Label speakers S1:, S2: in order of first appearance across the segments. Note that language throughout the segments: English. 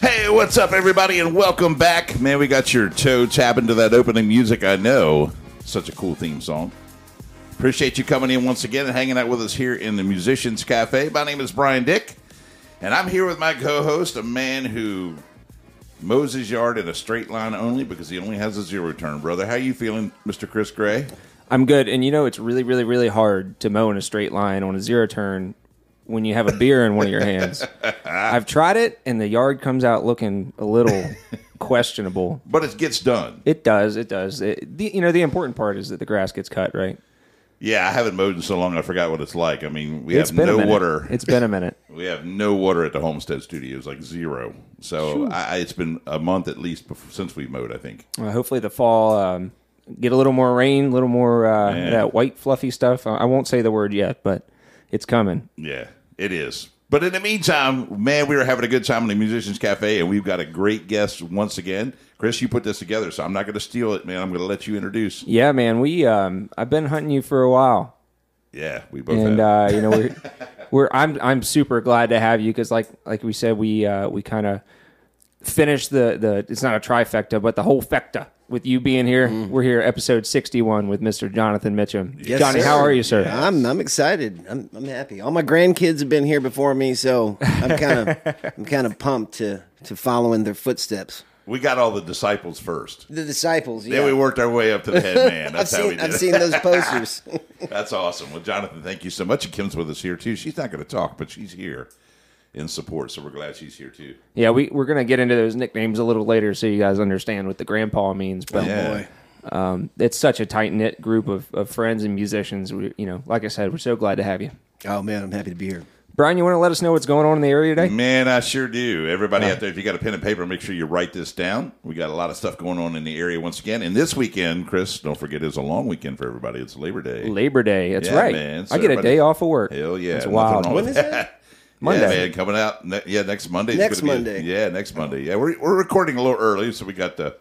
S1: Hey, what's up, everybody, and welcome back. Man, we got your toe tapping to that opening music. I know. Such a cool theme song. Appreciate you coming in once again and hanging out with us here in the Musicians Cafe. My name is Brian Dick, and I'm here with my co host, a man who mows his yard in a straight line only because he only has a zero turn, brother. How you feeling, Mr. Chris Gray?
S2: I'm good. And you know, it's really, really, really hard to mow in a straight line on a zero turn when you have a beer in one of your hands. I've tried it, and the yard comes out looking a little questionable.
S1: But it gets done.
S2: It does. It does. It, the, you know, the important part is that the grass gets cut, right?
S1: Yeah, I haven't mowed in so long I forgot what it's like. I mean, we
S2: It's
S1: have
S2: been a
S1: no
S2: minute.
S1: water.
S2: It's been a minute.
S1: We have no water at the Homestead Studios, like zero. So I, I- it's been a month at least before, since we mowed. I think.
S2: Uh, hopefully, the fall um, get a little more rain, a little more uh,
S1: Yeah.
S2: that white fluffy stuff. I I won't say the word yet, but it's coming.
S1: Yeah, it is. But in the meantime, man, we were having a good time in the Musicians Cafe, and we've got a great guest once again. Chris, you put this together, so I'm not going to steal it, man. I'm going to let you introduce.
S2: Yeah, man. We um, I've been hunting you for a while.
S1: Yeah, we both.
S2: and
S1: have.
S2: uh, you know we're, we're I'm I'm super glad to have you because like like we said we uh, we kind of finished the the it's not a trifecta but the whole fecta with you being here
S1: Mm-hmm.
S2: we're here episode 61 with Mr. Jonathan Mitchum
S3: Yes,
S2: Johnny
S3: sir.
S2: how are you sir
S3: I'm I'm excited. I'm I'm happy. All my grandkids have been here before me, so I'm kind of I'm kind of pumped to to follow in their footsteps.
S1: we got all the disciples first.
S3: The disciples. Yeah.
S1: Then we worked our way up to the head man.
S3: I've
S1: That's how we
S3: seen
S1: did
S3: I've
S1: it.
S3: seen those posters.
S1: That's awesome. Well, Jonathan, thank you so much. And Kim's with us here too. She's not going to talk, but she's here in support, so we're glad she's here too.
S2: yeah we we're gonna get into those nicknames a little later so you guys understand what the grandpa means but
S1: Yeah.
S2: um, it's such a tight knit group of, of friends and musicians we, you know like I said we're so glad to have you
S3: oh man, I'm happy to be here.
S2: Brian you want to let us know what's going on in the area today
S1: Man, I sure do. Everybody out there, if you got a pen and paper, make sure you write this down. We got a lot of stuff going on in the area once again. And this weekend, Chris, don't forget, is a long weekend for everybody. It's Labor Day.
S2: Labor Day that's
S1: Mm. Yeah,
S2: right
S1: man. So
S2: I get a
S1: everybody-
S2: day off of work
S1: Hell yeah!
S2: That's
S1: Nothing
S2: wild.
S1: wrong with
S3: When is that?
S1: Yeah,
S2: Monday.
S1: man, coming out. Ne- yeah, next Monday.
S3: Next
S1: gonna
S3: Monday.
S1: Be, yeah, next Monday. Yeah, we're, we're recording a little early, so we got the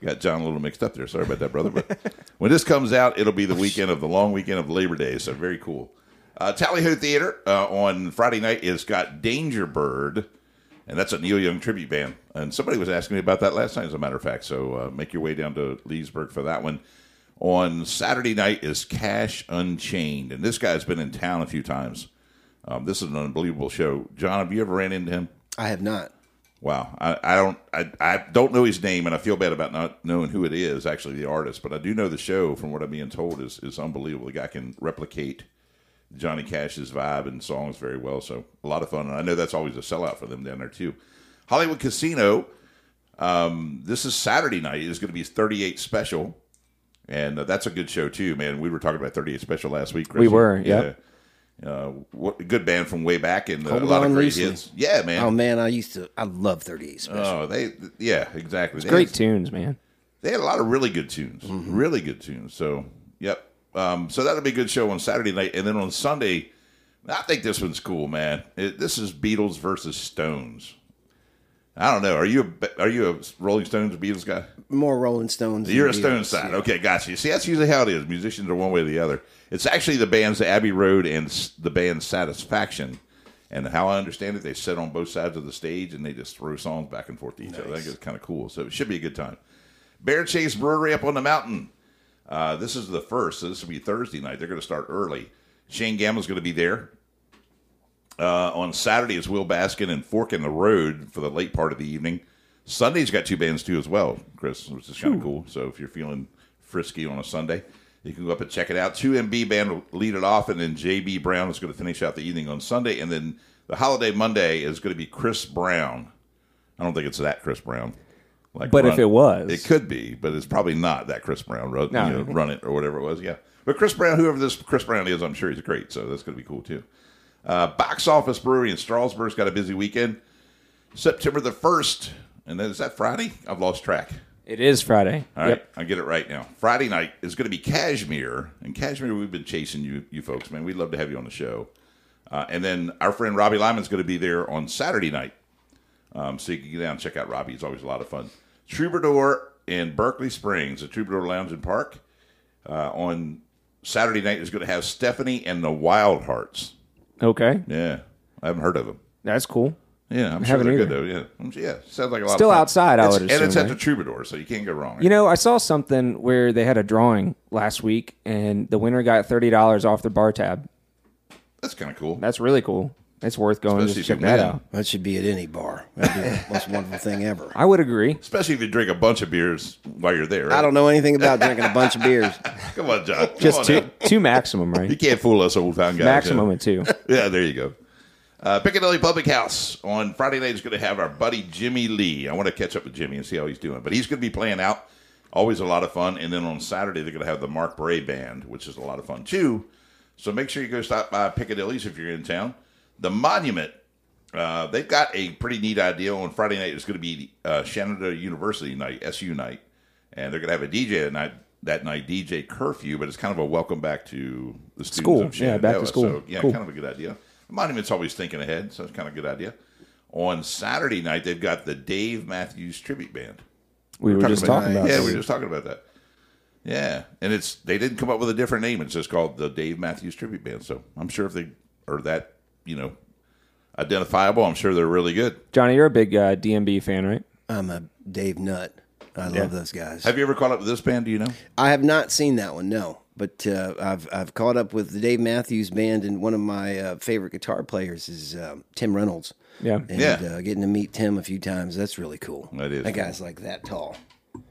S1: got John a little mixed up there. Sorry about that, brother. But when this comes out, it'll be the weekend of the long weekend of Labor Day. So very cool. Uh, Tally Ho Theater uh, on Friday night is got Danger Bird, and that's a Neil Young tribute band. And somebody was asking me about that last night, as a matter of fact. So uh, make your way down to Leesburg for that one. On Saturday night is Cash Unchained, and this guy's been in town a few times. Um, this is an unbelievable show. John, have you ever ran into him?
S3: I have not.
S1: Wow, I, I don't, I, I don't know his name, and I feel bad about not knowing who it is. Actually, the artist, but I do know the show. From what I'm being told, is is unbelievable. The guy can replicate Johnny Cash's vibe and songs very well. So a lot of fun, and I know that's always a sellout for them down there too. Hollywood Casino. Um, this is Saturday night. It's going to be his 38 special, and uh, that's a good show too, man. We were talking about 38 special last week. Chris.
S2: were, yep.
S1: Yeah. Uh, what, good band from way back, and uh, a
S3: Hold
S1: lot of
S3: on
S1: great
S3: loosely.
S1: hits. Yeah, man.
S3: Oh man, I used to I love 38 special.
S1: Oh, they yeah, exactly. They
S2: Great
S1: Had,
S2: tunes, man.
S1: they had a lot of really good tunes, really good tunes. So yep. Um, so that'll be a good show on Saturday night, and then on Sunday, I think this one's cool, man. It, this is Beatles versus Stones. I don't know. Are you a, are you a Rolling Stones or Beatles guy?
S3: More Rolling Stones. than
S1: You're a
S3: Beatles.
S1: Stones side. Okay, gotcha. You See, that's usually how it is. Musicians are one way or the other. It's actually the bands Abbey Road and s- the band Satisfaction. And how I understand it, they sit on both sides of the stage and they just throw songs back and forth to each other. I think it's kind of cool. So it should be a good time. Bear Chase Brewery up on the mountain. Uh, this is the first. So this will be Thursday night. They're going to start early. Shane Gamble's going to be there. Uh, on Saturday is Will Baskin and Fork in the Road for the late part of the evening. Sunday's got two bands too as well, Chris, which is kind of cool. So if you're feeling frisky on a Sunday, you can go up and check it out. Two MB band will lead it off, and then JB Brown is going to finish out the evening on Sunday, and then the holiday Monday is going to be Chris Brown. I don't think it's that Chris Brown. Like
S2: But if it was.
S1: it could be, but it's probably not that Chris Brown. Run,
S2: No.
S1: you know, run it or whatever it was. Yeah, but Chris Brown, whoever this Chris Brown is, I'm sure he's great. So that's going to be cool too. Uh, Box Office Brewery in Strasburg's got a busy weekend. September the first, and then is that Friday? I've lost track.
S2: It is Friday.
S1: All right, I get it right now. Friday night is going to be Cashmere, and Cashmere, we've been chasing you, you folks, man. We'd love to have you on the show. Uh, and then our friend Robbie Lyman's going to be there on Saturday night, um, so you can get down and check out Robbie. He's always a lot of fun. Troubadour in Berkeley Springs, the Troubadour Lounge and Park, uh, on Saturday night is going to have Stephanie and the Wild Hearts.
S2: Okay.
S1: Yeah, I haven't heard of them.
S2: That's cool.
S1: Yeah, I'm sure
S2: haven't
S1: they're good though.
S2: either.
S1: Yeah, Um, yeah, sounds like a lot.
S2: Still
S1: of fun.
S2: outside, I
S1: It's-
S2: would
S1: and it's
S2: assume,
S1: at the
S2: right?
S1: Troubadour, so you can't go wrong.
S2: You know, I saw something where they had a drawing last week, and the winner got thirty dollars off their bar tab.
S1: that's kind of cool.
S2: That's really cool. It's worth going
S1: Especially
S2: to
S1: if you
S2: check that
S1: win.
S2: out.
S3: That should be at any bar. That'd be the most wonderful thing ever.
S2: I would agree.
S1: Especially if you drink a bunch of beers while you're there. Right?
S3: I don't know anything about drinking a bunch of beers.
S1: Come on, John. Come
S2: Just
S1: on
S2: two,
S1: now.
S2: two maximum,
S1: You
S2: right?
S1: can't fool us old time guys.
S2: maximum
S1: yeah.
S2: at two.
S1: Yeah, there you go. Uh, Piccadilly Public House on Friday night is going to have our buddy Jimmy Lee. I want to catch up with Jimmy and see how he's doing, but he's going to be playing out. Always a lot of fun. And then on Saturday they're going to have the Mark Bray Band, which is a lot of fun too. So make sure you go stop by Piccadilly's if you're in town. The Monument. Uh, they've got a pretty neat idea on Friday night. It's going to be uh, Shenandoah University night, SU night, and they're going to have a DJ that night. That night, DJ curfew, but it's kind of a welcome back to the students
S2: School.
S1: Of
S2: Yeah, back to
S1: Shenandoah.
S2: school.
S1: So, yeah,
S2: Cool.
S1: kind of a good idea. Monument's always thinking ahead, so it's kind of a good idea. On Saturday night, they've got the Dave Matthews tribute band.
S2: We were just talking about.
S1: yeah,
S2: this.
S1: we were just talking about that. Yeah, and it's they didn't come up with a different name. It's just called the Dave Matthews tribute band. So I'm sure if they are that you know identifiable, I'm sure they're really good.
S2: Johnny, you're a big uh, DMB fan, right?
S3: I'm a Dave Nutt. I love those guys.
S1: Have you ever caught up with this band? Do you know?
S3: I have not seen that one, no. But uh, I've I've caught up with the Dave Matthews Band, and one of my uh, favorite guitar players is um, Tim Reynolds.
S2: Yeah.
S3: and
S1: Yeah.
S3: Uh, getting to meet Tim a few times that's really cool.
S1: That is
S3: That
S1: cool.
S3: guy's like that tall.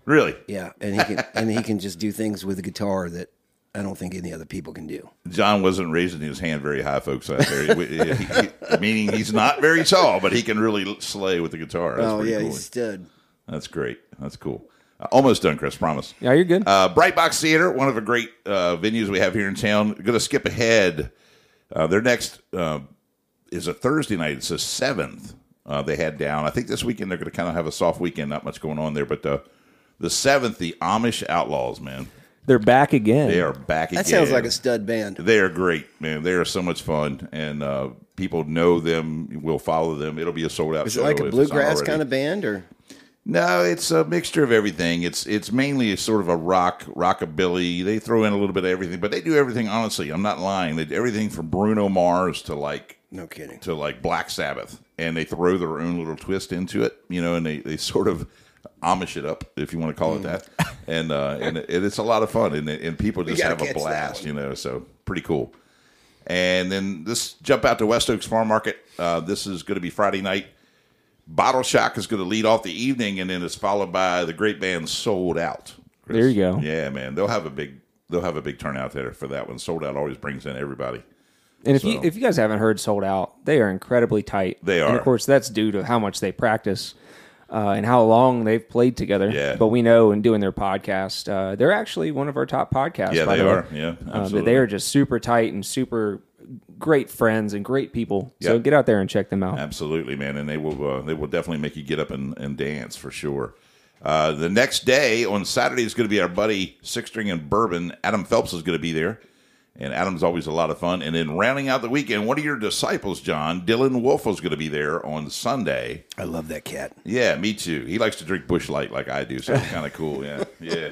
S1: Really,
S3: Yeah, and he can and he can just do things with a guitar that I don't think any other people can do.
S1: John wasn't raising his hand very high, folks out there. He- he- he- meaning he's not very tall, but he can really slay with the guitar. That's
S3: oh
S1: pretty
S3: yeah,
S1: cool.
S3: he's a stud.
S1: That's great. That's cool. Uh, almost done, Chris. Promise.
S2: Yeah, you're good.
S1: Uh, Bright Box Theater, one of the great uh, venues we have here in town. Going to skip ahead. Uh, their next uh, is a Thursday night. It's the seventh. Uh, they had down. I think this weekend they're going to kind of have a soft weekend. Not much going on there, but uh, the seventh, the Amish Outlaws, man,
S2: They're back again.
S1: they are back again.
S3: That sounds like a stud band.
S1: They are great, man. They are so much fun, and uh, people know them. Will follow them. It'll be a sold out.
S3: Is it like a bluegrass kind of band, or
S1: No, it's a mixture of everything. It's it's mainly a sort of a rock rockabilly. They throw in a little bit of everything, but they do everything. Honestly, I'm not lying. They do everything from Bruno Mars to like
S3: no kidding?
S1: to like Black Sabbath, and they throw their own little twist into it. You know, and they, they sort of Amish it up, if you want to call it that. And uh, and it, it's a lot of fun, and and people just
S3: Mm. gotta
S1: have a
S3: catch that
S1: blast.
S3: one.
S1: You know, so pretty cool. And then this jump out to West Oaks Farm Market. Uh, this is going to be Friday night. Bottle Shock is going to lead off the evening, and then it's followed by the great band Sold Out. Chris.
S2: There you go.
S1: Yeah, man, they'll have a big they'll have a big turnout there for that one. Sold Out always brings in everybody.
S2: And if you
S1: So-
S2: if you guys haven't heard sold out, they are incredibly tight.
S1: They
S2: And
S1: are.
S2: of course, that's due to how much they practice uh, and how long they've played together.
S1: Yeah.
S2: But we know in doing their podcast, uh, they're actually one of our top podcasts.
S1: Yeah,
S2: by
S1: they
S2: the way.
S1: are. Yeah,
S2: uh, but
S1: absolutely.
S2: they are just super tight and super great friends and great people. So
S1: Yep.
S2: get out there and check them out.
S1: Absolutely, man, and they will uh, they will definitely make you get up and, and dance for sure. Uh, the next day on Saturday is going to be our buddy Six String and Bourbon. Adam Phelps is going to be there, and Adam's always a lot of fun. And then rounding out the weekend, one of your disciples, John Dylan Wolf, is going to be there on Sunday.
S3: I love that cat.
S1: Yeah, me too. He likes to drink Bush Light like I do, so it's kind of cool. Yeah, yeah,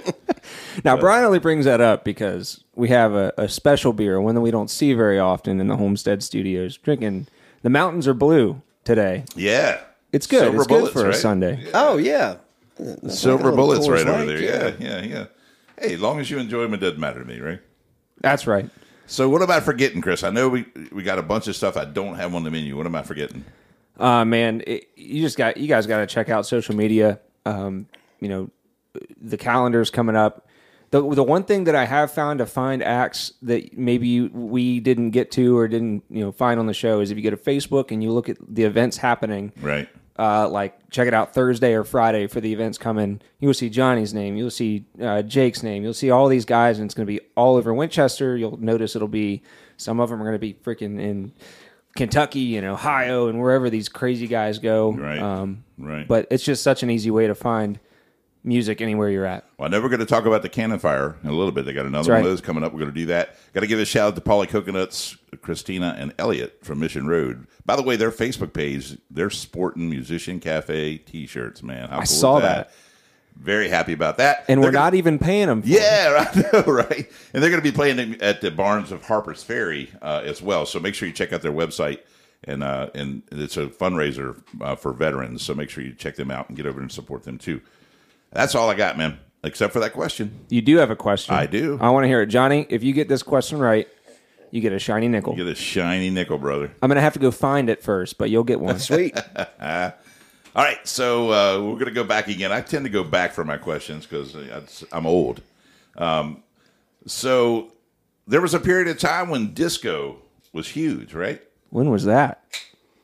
S2: Now, Brian only brings that up because we have a, a special beer, one that we don't see very often in the Homestead Studios. Drinking the mountains are blue today.
S1: yeah.
S2: It's good.
S1: Silver
S2: it's good
S1: bullets,
S2: for
S1: right?
S2: a Sunday.
S3: Oh yeah,
S1: Silver
S3: little
S1: bullets
S3: Coors
S1: right over
S3: Light,
S1: there. Yeah, yeah, yeah. Hey, as long as you enjoy them, it doesn't matter to me, right?
S2: That's right.
S1: So what am I forgetting, Chris? I know we we got a bunch of stuff I don't have on the menu. What am I forgetting?
S2: Uh, man, it, you just got you guys got to check out social media. Um, you know, the calendar's coming up. The the one thing that I have found to find acts that maybe you, we didn't get to or didn't you know find on the show is if you go to Facebook and you look at the events happening.
S1: Right.
S2: Uh, like check it out Thursday or Friday for the events coming. You will see Johnny's name. You'll see uh, Jake's name. You'll see all these guys, and it's going to be all over Winchester. You'll notice it'll be some of them are going to be freaking in Kentucky and Ohio and wherever these crazy guys go.
S1: Right.
S2: Um,
S1: right.
S2: but it's just such an easy way to find music anywhere you're at.
S1: well, I know we're going to talk about the cannon fire in a little bit. They got another one
S2: right.
S1: of those coming up. We're going to do that. Got to give a shout out to Polly Coconuts, Christina, and Elliot from Mission Road. By the way, their Facebook page, they're sporting musician cafe T-shirts. Man, How cool is
S2: saw that.
S1: Very happy about that.
S2: And
S1: They're
S2: we're
S1: gonna-
S2: not even paying them.
S1: Yeah, right, I know, right. And they're going to be playing at the Barnes of Harper's Ferry uh, as well. So make sure you check out their website and uh, and it's a fundraiser uh, for veterans. So make sure you check them out and get over and support them too. That's all I got, man. Except for that question,
S2: You do have a question.
S1: I do.
S2: I want to hear it, Johnny. If you get this question right, you get a shiny nickel.
S1: get a shiny nickel, brother.
S2: I'm gonna have to go find it first, but you'll get one.
S3: Sweet.
S1: All right, so uh, we're going to go back again. I tend to go back for my questions because I'm old. Um, so there was a period of time when disco was huge, right?
S2: When was that?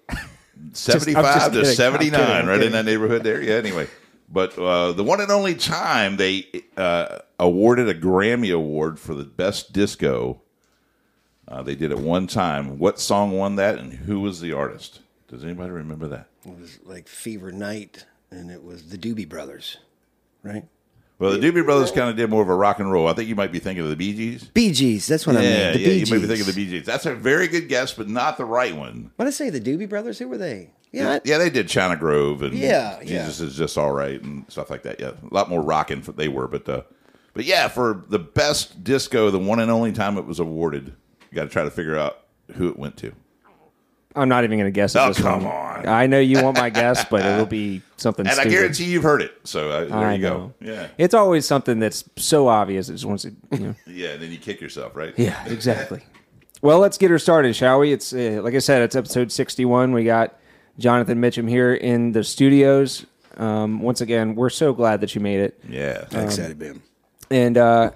S2: I'm
S1: 75
S2: just
S1: to
S2: kidding. I'm
S1: 79,
S2: kidding, I'm
S1: right in
S2: kidding.
S1: that neighborhood there. Yeah, anyway. But uh, the one and only time they uh, awarded a Grammy Award for the best disco, uh, they did it one time. What song won that and who was the artist? Does anybody remember that?
S3: It was like Fever Night, and it was the Doobie Brothers, right?
S1: Well, the Doobie Brothers kind of did more of a rock and roll. I think you might be thinking of the Bee Gees.
S3: Bee Gees. That's what I
S1: Yeah,
S3: meant. The
S1: yeah,
S3: Bee
S1: you
S3: Gees.
S1: might be thinking of the Bee Gees. That's a very good guess, but not the right one.
S3: What did I say? The Doobie Brothers. Who were they? Yeah. I-
S1: Yeah, they did China Grove and
S3: Yeah, yeah.
S1: Jesus is just all right and stuff like that. Yeah, a lot more rocking f- they were, but uh, but yeah, for the best disco, the one and only time it was awarded, you got to try to figure out who it went to.
S2: I'm not even gonna guess. at
S1: Oh,
S2: this
S1: come
S2: one.
S1: on.
S2: I know you want my guess, but it'll be something.
S1: And
S2: stupid.
S1: I guarantee you've heard it. So uh, there
S2: I
S1: you
S2: know.
S1: go. Yeah,
S2: It's always something that's so obvious. It just wants to. You know.
S1: yeah. And then you kick yourself, right?
S2: yeah, exactly. Well, let's get her started, shall we? It's uh, like I said, it's episode 61. We got Jonathan Mitchum here in the studios. Um, once again, we're so glad that you made it.
S1: yeah.
S3: I'm excited, Ben.
S2: and uh,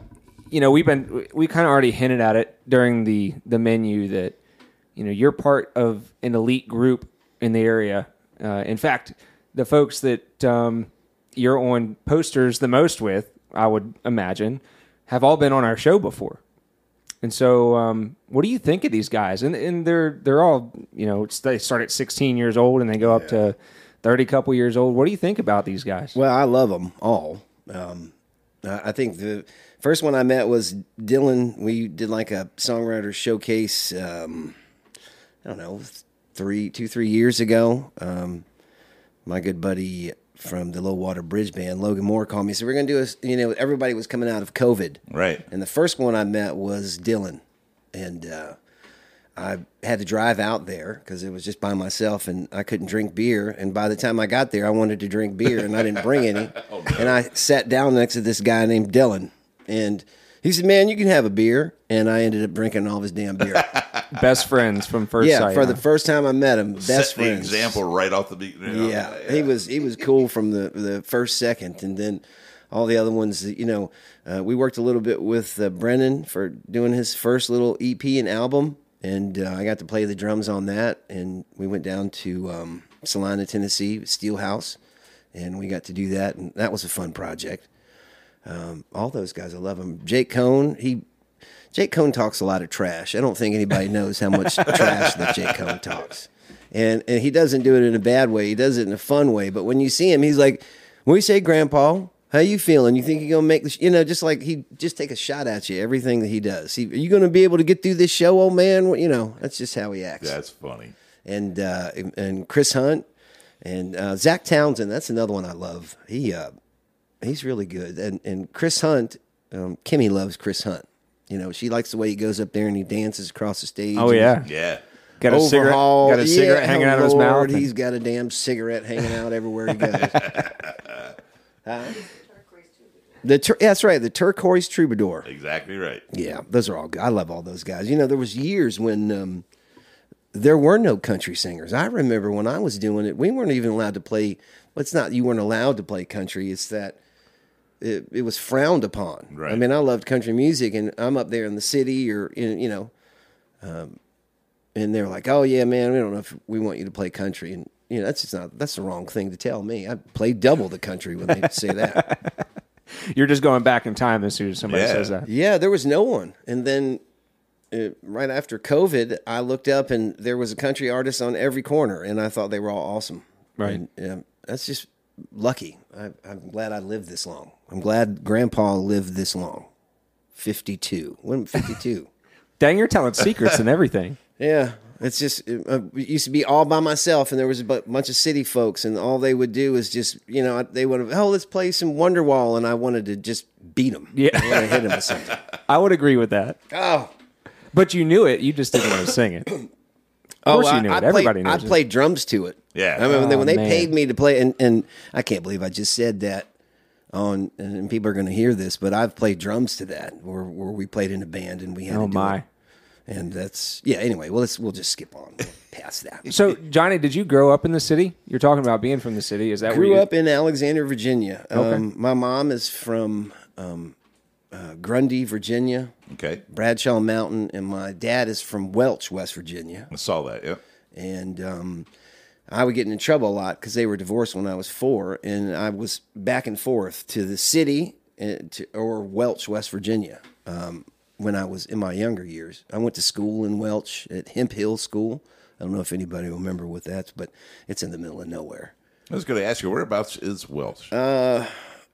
S2: you know we've been we kind of already hinted at it during the the menu that you know you're part of an elite group in the area. Uh, in fact, the folks that um, you're on posters the most with, I would imagine, have all been on our show before. And so, um, what do you think of these guys? And and they're they're all you know it's- they start at 16 years old and they go up to 30 couple years old. What do you think about these guys?
S3: Well, I love them all. Um, I I think the first one I met was Dylan. We did like a songwriter showcase. Um, I don't know, three, two, three years ago. Um, my good buddy from the Low Water Bridge Band, Logan Moore, called me. So we're gonna do a, you know, everybody was coming out of COVID,
S1: Right.
S3: And the first one I met was Dylan, and uh, I had to drive out there because it was just by myself and I couldn't drink beer. And by the time I got there, I wanted to drink beer and I didn't bring any.
S1: Oh,
S3: And I sat down next to this guy named Dylan. And he said, Man, you can have a beer. And I ended up drinking all of his damn beer.
S2: Best friends from first
S3: yeah,
S2: sight.
S3: for
S2: huh?
S3: the first time I met him, best
S1: Set the
S3: friends.
S1: example right off the beat. you know?
S3: Yeah, he was he was cool from the the first second, and then all the other ones. that, You know, uh, we worked a little bit with uh, Brennan for doing his first little EP and album, and uh, I got to play the drums on that. And we went down to um, Salina, Tennessee, Steelhouse, and we got to do that, and that was a fun project. Um, all those guys, I love them. Jake Cohn, he. Jake Cohn talks a lot of trash. I don't think anybody knows how much trash that Jake Cohn talks. And and he doesn't do it in a bad way. He does it in a fun way. But when you see him, he's like, "When we say Grandpa, how you feeling? You think you're gonna make this? You know, just like he just take a shot at you. Everything that he does. He, are you gonna be able to get through this show, old man? You know, that's just how he acts
S1: That's funny.
S3: and uh, and Chris Hunt and uh, Zach Townsend. That's another one I love. He uh, he's really good. And and Chris Hunt, um, Kimmy loves Chris Hunt. You know, she likes the way he goes up there and he dances across the stage.
S2: Oh
S3: and
S2: yeah,
S1: Yeah.
S2: got a cigarette,
S3: Overhaul,
S2: got a cigarette
S3: Yeah,
S2: hanging
S3: oh
S2: out of his mouth.
S3: Lord,
S2: and-
S3: He's got a damn cigarette hanging out everywhere he goes. Huh? The tur- yeah, that's right, the turquoise troubadour.
S1: Exactly right.
S3: Yeah, those are all good. I love all those guys. You know, there was years when um, there were no country singers. I remember when I was doing it, we weren't even allowed to play. Well, it's not you weren't allowed to play country. It's that it, it was frowned upon.
S1: Right.
S3: I mean, I loved country music, and I'm up there in the city or in, you know, um, and they're like, "Oh yeah, man, we don't know if we want you to play country." And you know, that's just not that's the wrong thing to tell me. I play double the country when they say that.
S2: You're just going back in time as soon as somebody
S1: Yeah.
S2: says that.
S3: Yeah, there was no one. And then uh, right after COVID, I looked up and there was a country artist on every corner, and I thought they were all awesome.
S2: Right.
S3: And, um, that's just lucky. I, I'm glad I lived this long. I'm glad Grandpa lived this long. 52. When 52?
S2: Dang, you're telling secrets and everything.
S3: yeah. It's just, it, uh, it used to be all by myself, and there was a bu- bunch of city folks, and all they would do is just, you know, they would have, oh, let's play some Wonderwall, and I wanted to just beat them.
S2: Yeah.
S3: I wanted to hit them with something.
S2: I would agree with that.
S3: Oh,
S2: But you knew it. You just didn't want to sing it. Of course
S3: Oh, I,
S2: you knew
S3: I
S2: it.
S3: played,
S2: Everybody knows
S3: I
S2: it.
S3: played drums to it.
S1: Yeah.
S3: I mean, when they, when
S2: Oh,
S3: they
S2: man.
S3: paid me to play, and, and I can't believe I just said that on, and and people are going to hear this, but I've played drums to that where, where we played in a band and we had
S2: Oh
S3: to do
S2: my.
S3: it. And that's, yeah, anyway, well, let's, we'll just skip on past that.
S2: So Johnny, did you grow up in the city? You're talking about being from the city. Is that where you
S3: grew up in Alexandria, Virginia. Um, my mom is from um, uh, Grundy, Virginia,
S1: Okay,
S3: Bradshaw Mountain, and my dad is from Welch, West Virginia.
S1: I saw that. Yeah,
S3: and um, I would get in trouble a lot because they were divorced when I was four, and I was back and forth to the city and to, or Welch, West Virginia, um, when I was in my younger years. I went to school in Welch at Hemp Hill School. I don't know if anybody will remember what that's, but it's in the middle of nowhere.
S1: I was going to ask you whereabouts is Welch?
S3: Uh,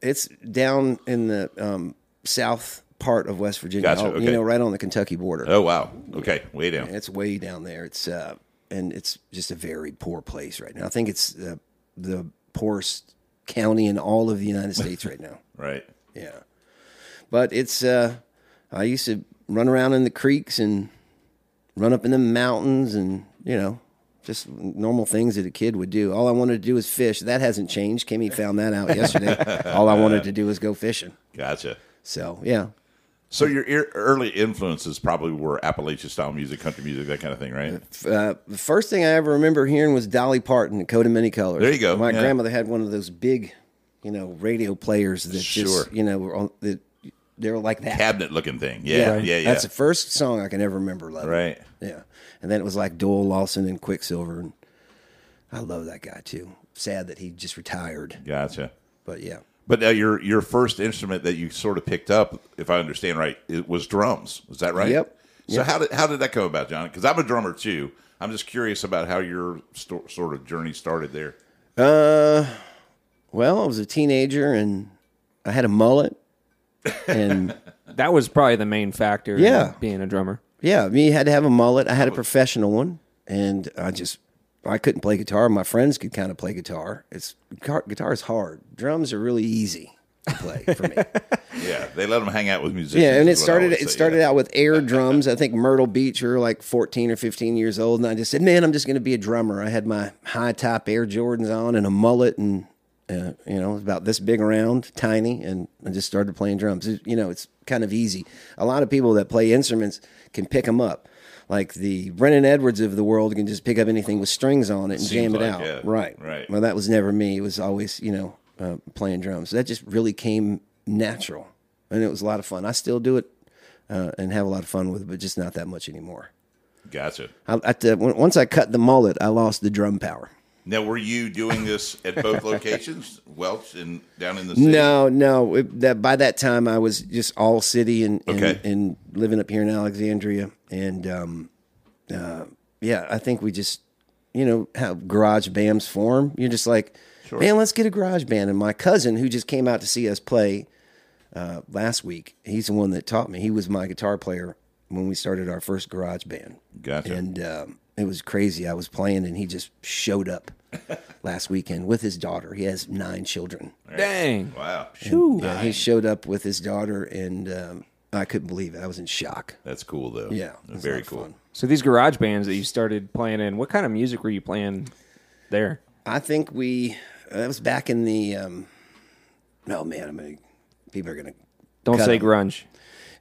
S3: It's down in the um, south part of West Virginia,
S1: Gotcha,
S3: you
S1: okay.
S3: know, right on the Kentucky border.
S1: oh wow. Okay, way down.
S3: It's way down there. It's uh, and it's just a very poor place right now. I think it's uh, the poorest county in all of the United States right now.
S1: Right.
S3: Yeah, but it's. Uh, I used to run around in the creeks and run up in the mountains and you know just normal things that a kid would do. All I wanted to do was fish. That hasn't changed. Kimmy found that out yesterday. all I wanted to do was go fishing.
S1: Gotcha.
S3: So yeah,
S1: So your ear- early influences probably were Appalachian style music, country music, that kind of thing, right?
S3: uh, the first thing I ever remember hearing was Dolly Parton, "A Coat of Many Colors."
S1: There you go,
S3: My
S1: yeah.
S3: grandmother had one of those big, you know, radio players that
S1: Sure.
S3: just, you know, were on, that they were like that.
S1: Cabinet looking thing. Yeah, yeah, yeah.
S3: That's the first song I can ever remember loving.
S1: right.
S3: Yeah, and then it was like Doyle Lawson and Quicksilver, and I love that guy too. Sad that he just retired,
S1: Gotcha.
S3: but yeah,
S1: But now your your first instrument that you sort of picked up, if I understand right, it was drums. Was that right?
S3: Yep.
S1: So how did how did that come about, John? Because I'm a drummer too. I'm just curious about how your sto- sort of journey started there.
S3: Uh, well, I was a teenager and I had a mullet, and
S2: that was probably the main factor. in
S3: Yeah.
S2: being a drummer.
S3: Yeah, me had to have a mullet. I had a professional one, and I just I couldn't play guitar. My friends could kind of play guitar. It's guitar, guitar is hard. Drums are really easy to play for me.
S1: Yeah, they let them hang out with musicians.
S3: yeah, and it
S1: is what I
S3: started
S1: always
S3: it
S1: say,
S3: started
S1: yeah.
S3: out with air drums. I think Myrtle Beach we were like 14 or 15 years old and I just said, "Man, I'm just going to be a drummer." I had my high top Air Jordans on and a mullet and uh, you know, about this big around, tiny, and I just started playing drums. It- you know, it's kind of easy. A lot of people that play instruments can pick them up. Like the Brennan Edwards of the world can just pick up anything with strings on it and jam it
S1: like,
S3: out.
S1: yeah.
S3: Right.
S1: Right.
S3: Well, that was never me. It was always, you know, uh, playing drums. That just really came natural, and it was a lot of fun. I still do it uh, and have a lot of fun with it, but just not that much anymore.
S1: Gotcha.
S3: I, I, t- when- once I cut the mullet, I lost the drum power.
S1: Now, were you doing this at both locations, Welch and down in the city?
S3: No, no. It, that by that time, I was just all city and and,
S1: Okay.
S3: and living up here in Alexandria, and um, uh, yeah, I think we just you know how garage bands form. You're just like, man, let's get a garage band. And my cousin, who just came out to see us play uh, last week, he's the one that taught me. He was my guitar player when we started our first garage band.
S1: Gotcha.
S3: And um, it was crazy. I was playing, and he just showed up. Last weekend with his daughter. He has nine children.
S2: Dang.
S1: Wow.
S3: Yeah, he showed up with his daughter, and um, I couldn't believe it. I was in shock.
S1: That's cool, though.
S3: Yeah, it's
S1: Very
S3: not
S1: cool.
S3: fun.
S2: So these garage bands that you started playing in, what kind of music were you playing there?
S3: I think we that was back in the. Um, oh man, I'm gonna, people are gonna.
S2: Don't
S3: cut
S2: say
S3: it.
S2: grunge.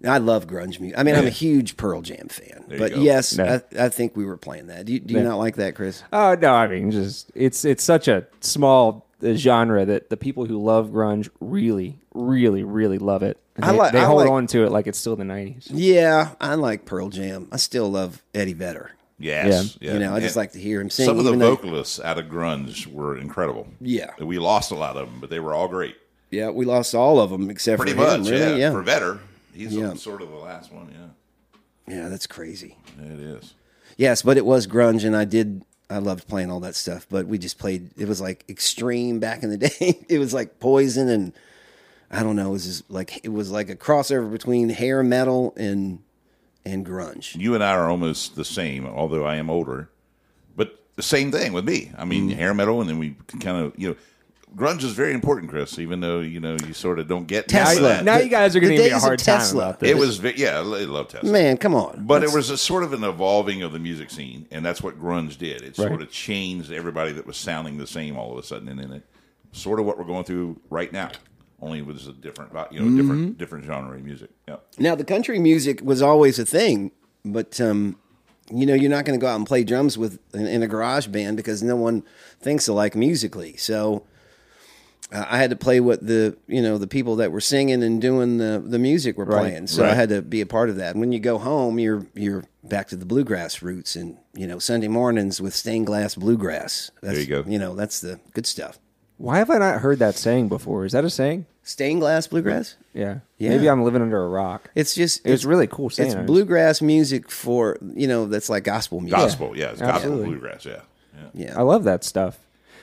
S3: I love grunge music. I mean, I'm a huge Pearl Jam fan,
S1: you
S3: but
S1: go.
S3: yes,
S2: No.
S3: I, I think we were playing that. Do you, do you not like that, Chris?
S2: Oh no, I mean just it's it's such a small uh, genre that the people who love grunge really, really, really love it. And
S3: I
S2: they
S3: like-
S2: they
S3: I
S2: hold
S3: like-
S2: on to it like it's still the nineties.
S3: Yeah, I like Pearl Jam. I still love Eddie Vedder.
S1: Yes.
S2: Yeah.
S1: yeah.
S3: You know, I just
S1: And
S3: like to hear him sing.
S1: Some of the
S3: even though-
S1: vocalists out of grunge were incredible.
S3: Yeah.
S1: We lost a lot of them, but they were all great.
S3: yeah, we lost all of them except
S1: Pretty
S3: for him,
S1: much,
S3: really.
S1: yeah.
S3: Yeah,
S1: For Vetter, he's
S3: Yeah.
S1: sort of the last one. Yeah,
S3: yeah, that's crazy.
S1: it is.
S3: Yes, but it was grunge, and I did. I loved playing all that stuff, but we just played. It was like extreme back in the day. it was like poison, and I don't know. It was just like it was like a crossover between hair metal and and grunge.
S1: You and I are almost the same, although
S3: Mm.
S1: I am older. But the same thing with me. I mean, hair metal, and then we kind of you know grunge is very important, Chris. Even though you know you sort of don't get
S2: Now-
S1: into
S3: Tesla.
S1: that.
S2: Now
S3: The-
S2: you guys are going
S3: the
S2: to give me a
S3: days of
S2: hard time
S3: Tesla.
S2: about this.
S1: It was ve- yeah, I love Tesla.
S3: Man, come on.
S1: But it was a sort of an evolving of the music scene, and that's what grunge did. It
S2: Right.
S1: sort of changed everybody that was sounding the same all of a sudden, and then it sort of what we're going through right now, only it was a different, vi- you know, different different genre of music. Yep.
S3: Now, the country music was always a thing, but um, you know, you're not going to go out and play drums with in, in a garage band because no one thinks alike musically. So uh, I had to play what the you know the people that were singing and doing the the music were playing. So I
S1: right.
S3: had to be a part of that. And when you go home, you're you're back to the bluegrass roots and you know Sunday mornings with stained glass bluegrass. That's,
S1: you go.
S3: You know, that's the good stuff.
S2: Why have I not heard that saying before? Is that a saying?
S3: Stained glass bluegrass.
S2: Yeah.
S3: Yeah.
S2: Maybe I'm living under a rock.
S3: It's just
S2: It was really cool saying
S3: It's
S2: it.
S3: bluegrass music for you know that's like gospel music.
S1: Gospel, yeah, it's gospel
S2: Absolutely.
S1: bluegrass, yeah. yeah.
S3: Yeah.
S2: I love that stuff.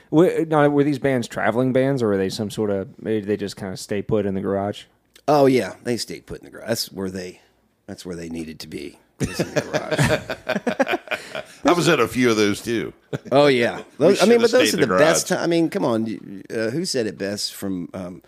S2: Were, now, were these bands traveling bands, or were they some sort of? Maybe they just kind of stay put in the garage.
S3: Oh yeah, they stayed put in the garage. That's where they. That's where they needed to be. was in the garage.
S1: I was at a few of those too.
S3: oh yeah, those, I mean,
S1: should've
S3: but those
S1: stayed
S3: are
S1: in
S3: the,
S1: the
S3: best.
S1: garage.
S3: Time, I mean, come on, you- uh, who said it best from um,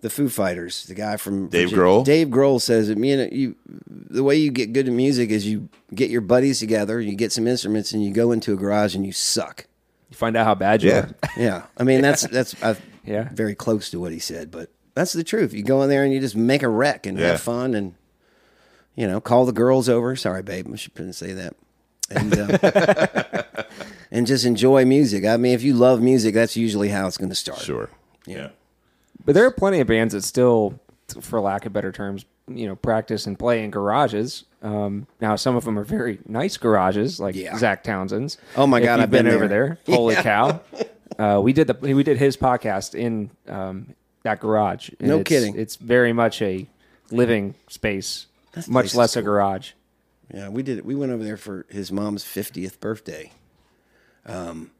S3: the Foo Fighters? The guy from
S1: Dave
S3: Virginia-
S1: Grohl?
S3: Dave Grohl says it. You know, you the way you get good at music is you get your buddies together, you get some instruments, and you go into a garage and you suck.
S2: You find out how bad you
S1: Yeah.
S2: are.
S3: Yeah, I mean that's that's i
S2: Yeah.
S3: very close to what he said, but that's the truth. You go in there and you just make a wreck and
S1: Yeah.
S3: have fun and you know call the girls over. Sorry, babe, I shouldn't say that. And uh, and just enjoy music. I mean, if you love music, that's usually how it's going to start.
S1: Sure, yeah.
S2: But there are plenty of bands that still, for lack of better terms, you know, practice and play in garages. Um, now, some of them are very nice garages, like
S3: Yeah.
S2: Zach Townsend's.
S3: Oh my
S2: If
S3: God,
S2: you've
S3: I've been
S2: over
S3: there.
S2: there. Holy cow! Uh, we did the we did his podcast in um, that garage. and
S3: No
S2: it's-
S3: kidding.
S2: It's very much a living space,
S3: place
S2: much
S3: is
S2: less a garage.
S3: Yeah, we did. it. We went over there for his mom's fiftieth birthday, um,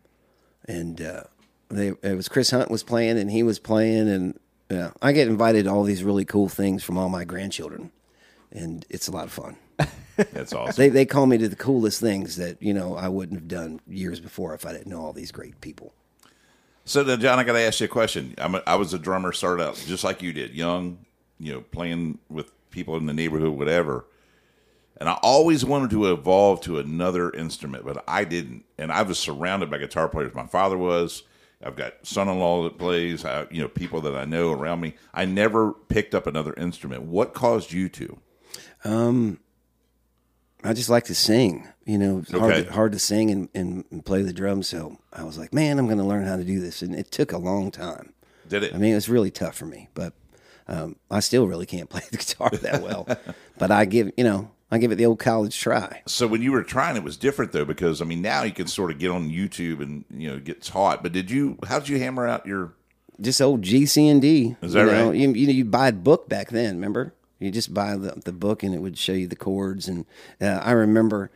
S3: and uh, they it was Chris Hunt was playing and he was playing, and yeah, I get invited to all these really cool things from all my grandchildren, and it's a lot of fun.
S1: That's awesome.
S3: They they call me to the coolest things that you know I wouldn't have done years before if I didn't know all these great people.
S1: So then, John, I got to ask you a question. I'm a, I was a drummer, started out just like you did, young, you know, playing with people in the neighborhood, whatever. And I always wanted to evolve to another instrument, but I didn't. And I was surrounded by guitar players. My father was. I've got son-in-law that plays. I, you know, people that I know around me. I never picked up another instrument. What caused you to?
S3: I just like to sing, you know, it's hard,
S1: Okay.
S3: to, hard to sing and, and play the drums. So I was like, man, I'm going to learn how to do this, and it took a long time.
S1: Did it?
S3: I mean, it was really tough for me, but um, I still really can't play the guitar that well. but I give, you know, I give it the old college try.
S1: so when you were trying, it was different though, because I mean, now you can sort of get on YouTube and you know get taught. But did you? How did you hammer out your?
S3: Just old GCND.
S1: Is that
S3: you know,
S1: right?
S3: You, you know, you'd buy a book back then, remember? You just buy the, the book and it would show you the chords. And uh, I remember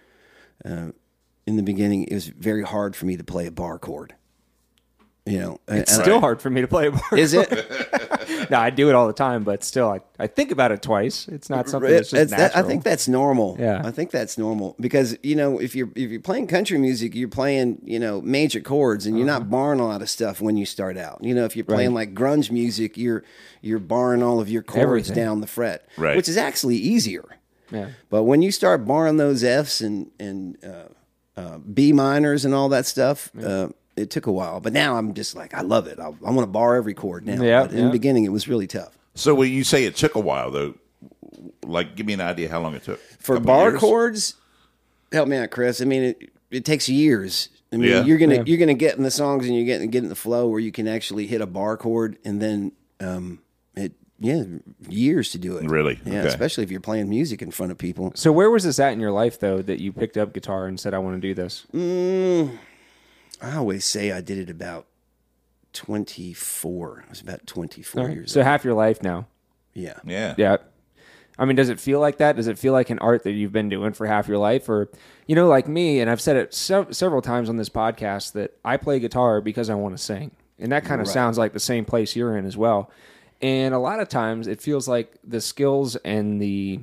S3: uh, in the beginning, it was very hard for me to play a bar chord. You know,
S2: It's
S3: and-
S2: still hard for me to play a bar.
S3: is it?
S2: no, I do it all the time, but still, I, I think about it twice. It's not something that's just
S3: It's- that- I
S2: natural.
S3: think that's normal.
S2: Yeah.
S3: I think that's normal because you know if you're if you're playing country music, you're playing you know major chords, and you're
S2: Uh-huh.
S3: not barring a lot of stuff when you start out. You know, if you're playing like grunge music, you're you're barring all of your chords
S2: Everything.
S3: down the fret,
S1: Right.
S3: which is actually easier.
S2: Yeah.
S3: But when you start barring those Fs and and uh, uh, B minors and all that stuff, uh, it took a while. But now I'm just like I love it. I, I want to bar every chord now.
S2: Yeah,
S3: but in the
S2: yeah.
S3: beginning, it was really tough.
S1: So when you say it took a while, though, like give me an idea how long it took Couple
S3: for
S1: of
S3: bar
S1: years?
S3: chords, help me out, Chris. I mean, it, it takes years. I mean,
S1: Yeah.
S3: you're gonna you're gonna get in the songs and you're getting get in the flow where you can actually hit a bar chord, and then um, it yeah, years to do it.
S1: Really?
S3: Yeah,
S1: Okay.
S3: especially if you're playing music in front of people.
S2: So where was this at in your life though that you picked up guitar and said I want to do this?
S3: I always say I did it about twenty four. I was about twenty four years.
S2: So half your life now.
S3: old. Yeah.
S1: Yeah.
S2: Yeah. I mean, does it feel like that? Does it feel like an art that you've been doing for half your life or you know like me and I've said it sev- several times on this podcast that I play guitar because I want to sing. And that kind of sounds like the same place you're in as well. And a lot of times it feels like the skills and the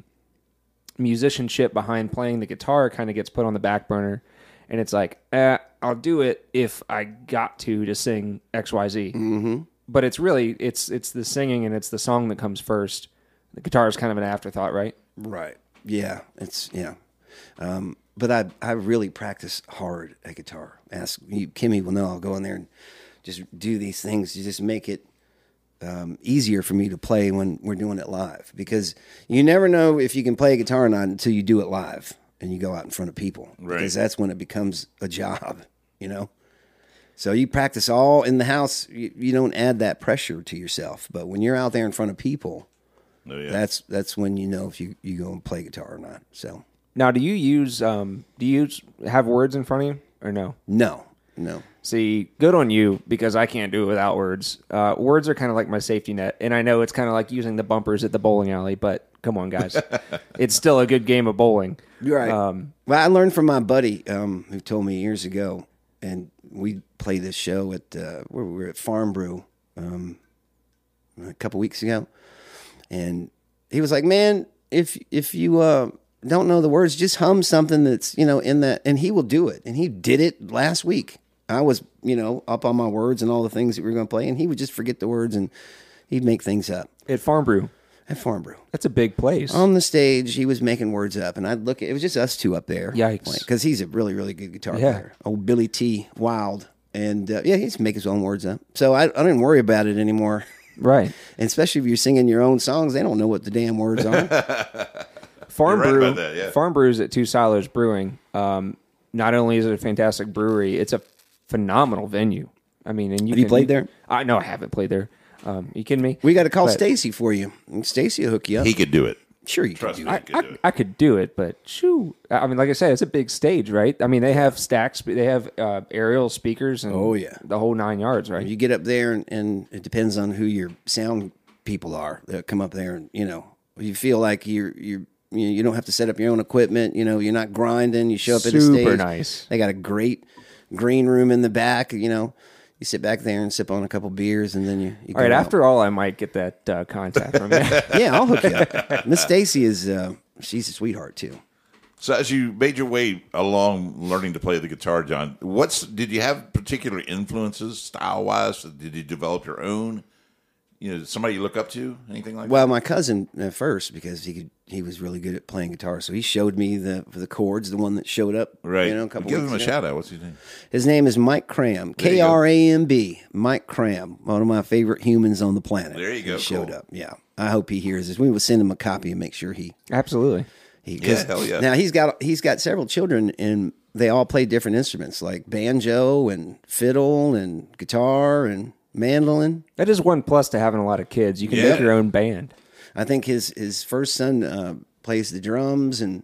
S2: musicianship behind playing the guitar kind of gets put on the back burner and it's like eh, i'll do it if i got to to sing xyz mm-hmm. but it's really it's it's the singing and it's the song that comes first. The guitar is kind of an afterthought, right?
S3: Right. Yeah. It's yeah. Um, but I I really practice hard at guitar. Ask you, Kimmy will know. I'll go in there and just do these things to just make it um, easier for me to play when we're doing it live because you never know if you can play a guitar or not until you do it live and you go out in front of people
S1: Right.
S3: because that's when it becomes a job. You know. So you practice all in the house. You, you don't add that pressure to yourself, but when you're out there in front of people,
S1: Oh, yeah.
S3: that's that's when you know if you you go and play guitar or not. So
S2: Now, do you use um, do you use, have words in front of you or no?
S3: no, no,
S2: See, good on you because I can't do it without words. Uh, words are kind of like my safety net, and I know it's kind of like using the bumpers at the bowling alley. But come on, guys, it's still a good game of bowling.
S3: you're right.
S2: Um,
S3: well, I learned from my buddy um, who told me years ago, and we played this show at uh, where we were at Farm Brew um, a couple weeks ago, and he was like, "Man, if if you uh, don't know the words, just hum something that's you know in that," and he will do it. And he did it last week. I was you know up on my words and all the things that we were going to play, and he would just forget the words and he'd make things up
S2: At Farm Brew,
S3: at Farm Brew.
S2: that's a big place.
S3: on the stage, he was making words up, and I'd look. At, it was just us two up there.
S2: Yikes.
S3: Because he's a really, really good guitar
S2: Yeah.
S3: player. Old Billy T. Wild, and uh, yeah, he's make his own words up. So I, I didn't worry about it anymore.
S2: right,
S3: And especially if you're singing your own songs, they don't know what the damn words are.
S2: Farm
S1: You're right
S2: Brew.
S1: about that, yeah.
S2: Farm Brew is at Two Silos Brewing. Um, not only is it a fantastic brewery, it's a phenomenal venue. I mean, and you
S3: you
S2: can-
S3: played there?
S2: I no, I haven't played there. Um, you kidding me?
S3: we got to call
S2: But-
S3: Stacy for you. Stacy will hook you up.
S1: he could do it.
S3: sure, you
S1: Trust
S3: can do
S1: me,
S3: it.
S1: he could do
S2: I,
S1: it.
S2: I could do it, but shoo! I I mean, like I said, it's a big stage, right? I mean, they have stacks, but they have uh, aerial speakers, and
S3: Oh, yeah.
S2: the whole nine yards, right?
S3: You get up there, and, and it depends on who your sound people are that come up there, and you know, you feel like you're you're. You you don't have to set up your own equipment. You know, you're not grinding. You show up at a
S2: Super
S3: stage.
S2: nice.
S3: They got a great green room in the back. You know, you sit back there and sip on a couple beers, and then you. you
S2: all right.
S3: go out.
S2: After all, I might get that uh, contact from you.
S3: yeah, I'll hook you up. Miss Stacy is uh, she's a sweetheart too.
S1: So as you made your way along learning to play the guitar, John, what's did you have particular influences style wise? Did you develop your own? You know, somebody you look up to, anything like
S3: Well, my cousin at first because he could, he was really good at playing guitar, so he showed me the the chords, the one that showed up.
S1: that? Right.
S3: You know, a couple
S1: Give
S3: weeks
S1: him a
S3: ago.
S1: shout out. What's his name?
S3: His name is Mike Cram.
S1: you
S3: K
S1: go.
S3: R A M B. Mike Cram, one of my favorite humans on the planet.
S1: There you
S3: He
S1: go.
S3: showed
S1: Cool.
S3: up. Yeah. I hope he hears this. We will send him a copy and make sure he
S2: Absolutely.
S3: he 'cause
S1: Yeah, hell yeah.
S3: Now he's got he's got several children and they all play different instruments like banjo and fiddle and guitar and mandolin.
S2: That is one plus to having a lot of kids. You can
S1: Yeah.
S2: make your own band.
S3: I think his his first son uh, plays the drums and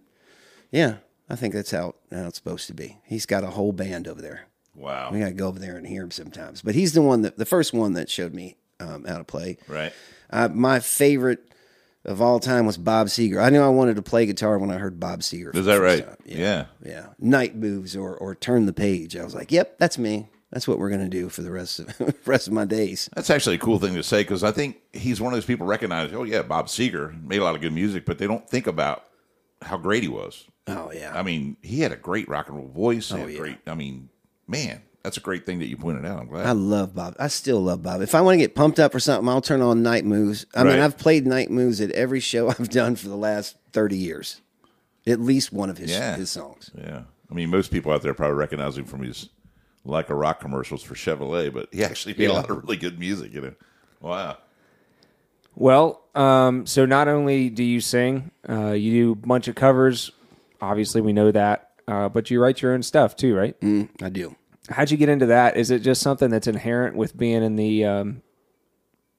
S3: yeah, I think that's how, how it's supposed to be. He's got a whole band over there.
S1: Wow.
S3: We gotta go over there and hear him sometimes. But he's the one that the first one that showed me um, how to play.
S1: Right.
S3: Uh, my favorite of all time was Bob Seger. I knew I wanted to play guitar when I heard Bob Seger. for
S1: Is
S3: the
S1: that
S3: first
S1: right?
S3: time.
S1: Yeah.
S3: Yeah. Night moves or or turn the page. I was like, yep, that's me. That's what we're gonna do for the rest of rest of my days.
S1: That's actually a cool thing to say because I think he's one of those people recognized. Oh yeah, Bob Seger made a lot of good music, but they don't think about how great he was.
S3: Oh yeah.
S1: I mean, he had a great rock and roll voice. and Great. I mean, man, that's a great thing that you pointed out. I'm glad.
S3: I love Bob. I still love Bob. If I want to get pumped up for something, I'll turn on Night Moves. I
S1: Right.
S3: mean, I've played Night Moves at every show I've done for the last 30 years. At least one of his
S1: Yeah.
S3: his songs.
S1: Yeah. I mean, most people out there probably recognize him from his like a rock commercials for Chevrolet, but he actually made a lot of really good music, you know. Wow.
S2: Well, um, so not only do you sing, uh, you do a bunch of covers. Obviously, we know that, uh, but you write your own stuff too, right?
S1: Mm-hmm.
S3: I do.
S2: How'd you get into that? Is it just something that's inherent with being in the um,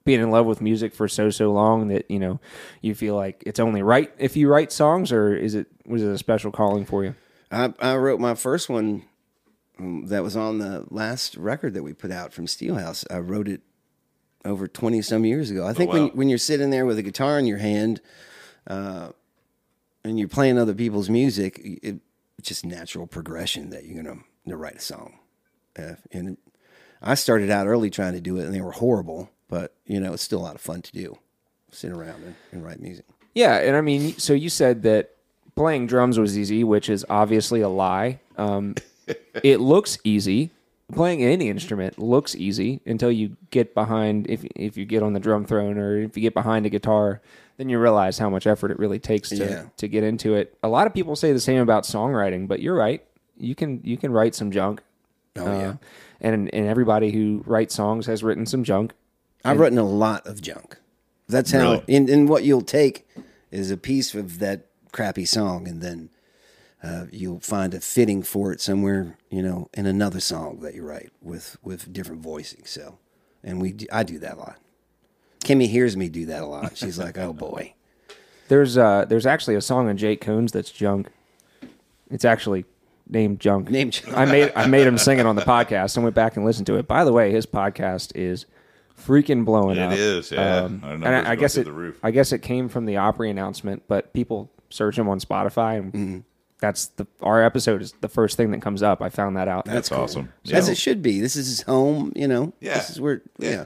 S2: being in love with music for so so long that you know you feel like it's only right if you write songs, or is it was it a special calling for you?
S3: I, I wrote my first one um, that was on the last record that we put out from Steelhouse. I wrote it over 20 some years ago. I think
S1: wow.
S3: when, when you're sitting there with a guitar in your hand uh, and you're playing other people's music, it, it's just natural progression that you're going to write a song. Uh, and I started out early trying to do it, and they were horrible, but you know, it's still a lot of fun to do. Sit around and, and write music.
S2: Yeah, and I mean, so you said that playing drums was easy, which is obviously a lie. Um, it looks easy, playing any instrument looks easy until you get behind if if you get on the drum throne or if you get behind a guitar then you realize how much effort it really takes to
S3: Yeah.
S2: to get into it a lot of people say the same about songwriting but you're right you can you can write some junk oh yeah and and everybody who writes songs has written some junk
S3: I've written a lot of junk. That's how.
S1: Really?
S3: And, and what you'll take is a piece of that crappy song, and then uh, you'll find a fitting for it somewhere, you know, in another song that you write with with different voicing. So, and we, do- I do that a lot. Kimmy hears me do that a lot. She's like, "Oh boy,
S2: there's uh there's actually a song on Jake Coons that's junk it's actually named junk
S3: Named junk.
S2: I made I made him sing it on the podcast and went back and listened to it by the way his podcast is freaking blowing
S1: It
S2: up Um,
S1: is, yeah. Our
S2: and
S1: numbers
S2: I, I
S1: go
S2: guess
S1: through
S2: it
S1: the roof.
S2: I guess it came from the Opry announcement but people search him on Spotify and
S1: Mm-hmm.
S2: that's the our episode is the first thing that comes up I found that out
S1: That's awesome. Yeah.
S3: as it should be. This is his home, you know.
S1: Yeah.
S3: this is where,
S1: Yeah.
S3: yeah.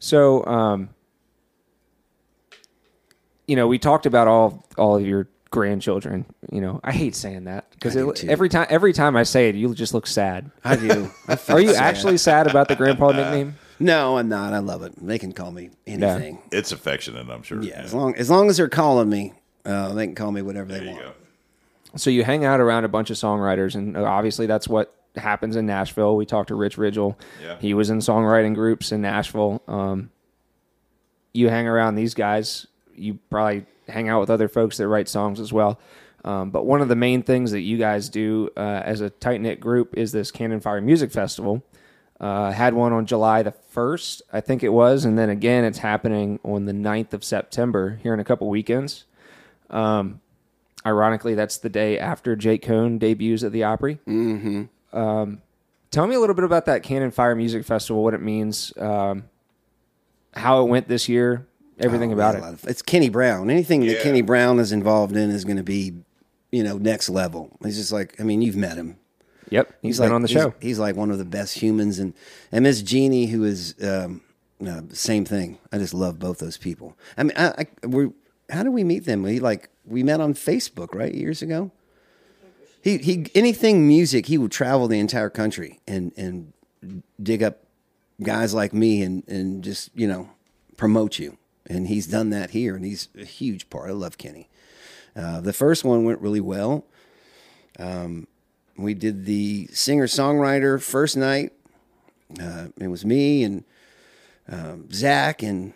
S2: So, um, you know, we talked about all all of your grandchildren. You know, I hate saying that because
S3: I do too.
S2: every time every time I say it, you just look sad.
S3: I do. I feel
S2: Are you
S3: sad.
S2: actually sad about the grandpa nickname?
S3: No, I'm not. I love it. They can call me anything.
S1: It's affectionate, I'm sure.
S3: Yeah, as long as long as they're calling me, uh, they can call me whatever they
S1: There you
S3: want.
S1: go.
S2: So you hang out around a bunch of songwriters, and obviously that's what happens in Nashville. We talked to Rich Ridgel;
S1: Yeah.
S2: he was in songwriting groups in Nashville. Um, you hang around these guys. You probably hang out with other folks that write songs as well. Um, but one of the main things that you guys do uh, as a tight knit group is this Cannon Fire Music Festival. Uh, had one on July the 1st, I think it was. And then again, it's happening on the 9th of September here in a couple weekends. Um, Ironically, that's the day after Jake Cohn debuts at the Opry. Mm-hmm. Um, tell me a little bit about that Cannon Fire Music Festival, what it means, um, how it went this year, everything about
S3: A
S2: it.
S3: lot of- it's Kenny Brown. Anything
S1: Yeah.
S3: that Kenny Brown is involved in is going to be, you know, next level. He's just like, I mean, you've met him.
S2: Yep, he's been
S3: like,
S2: on the show.
S3: He's, he's like one of the best humans, and and Miss Jeannie, who is um, uh, same thing. I just love both those people. I mean, I, I we how did we meet them? We like we met on Facebook right years ago. He he, anything music, he would travel the entire country and and dig up guys like me and and just you know promote you. And he's done that here, and he's a huge part. I love Kenny. Uh, the first one went really well. We did the singer songwriter first night. Uh, it was me and um, Zach and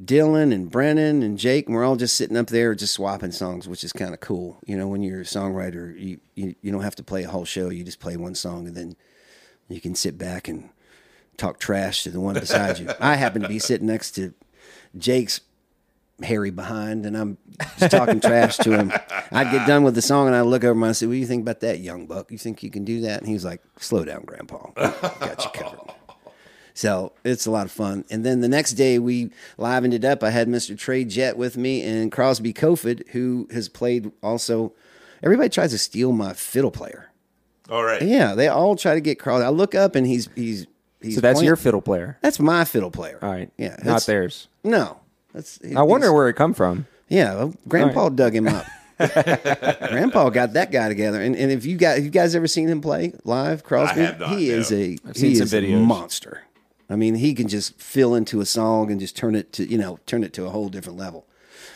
S3: Dylan and Brennan and Jake, and we're all just sitting up there just swapping songs, which is kind of cool. You know, when you're a songwriter, you, you you don't have to play a whole show. You just play one song, and then you can sit back and talk trash to the one beside you. I happen to be sitting next to Jake's hairy behind, and I'm just talking trash to him. I'd get done with the song, and I look over him and I say, "What do you think about that, young buck? You think you can do that?" And he's like, "Slow down, grandpa. Got you covered." So it's a lot of fun. And then the next day we livened it up. I had Mr. Trey Jet with me and Crosby Kofod, who has played also. Everybody tries to steal my fiddle player.
S1: All right.
S3: Yeah, they all try to get Crosby. I look up and he's he's he's.
S2: So that's
S3: playing-
S2: your fiddle player.
S3: That's my fiddle player.
S2: All right.
S3: Yeah.
S2: Not
S3: that's-
S2: theirs.
S3: No. That's.
S2: I wonder where it come from.
S3: Yeah, well, Grandpa dug him up. Grandpa got that guy together, and and if you got you guys ever seen him play live, Crosby,
S1: have not,
S3: he
S1: no.
S3: is a
S2: seen
S3: he
S2: some
S3: is a
S2: videos.
S3: monster. I mean, he can just fill into a song and just turn it to you know turn it to a whole different level.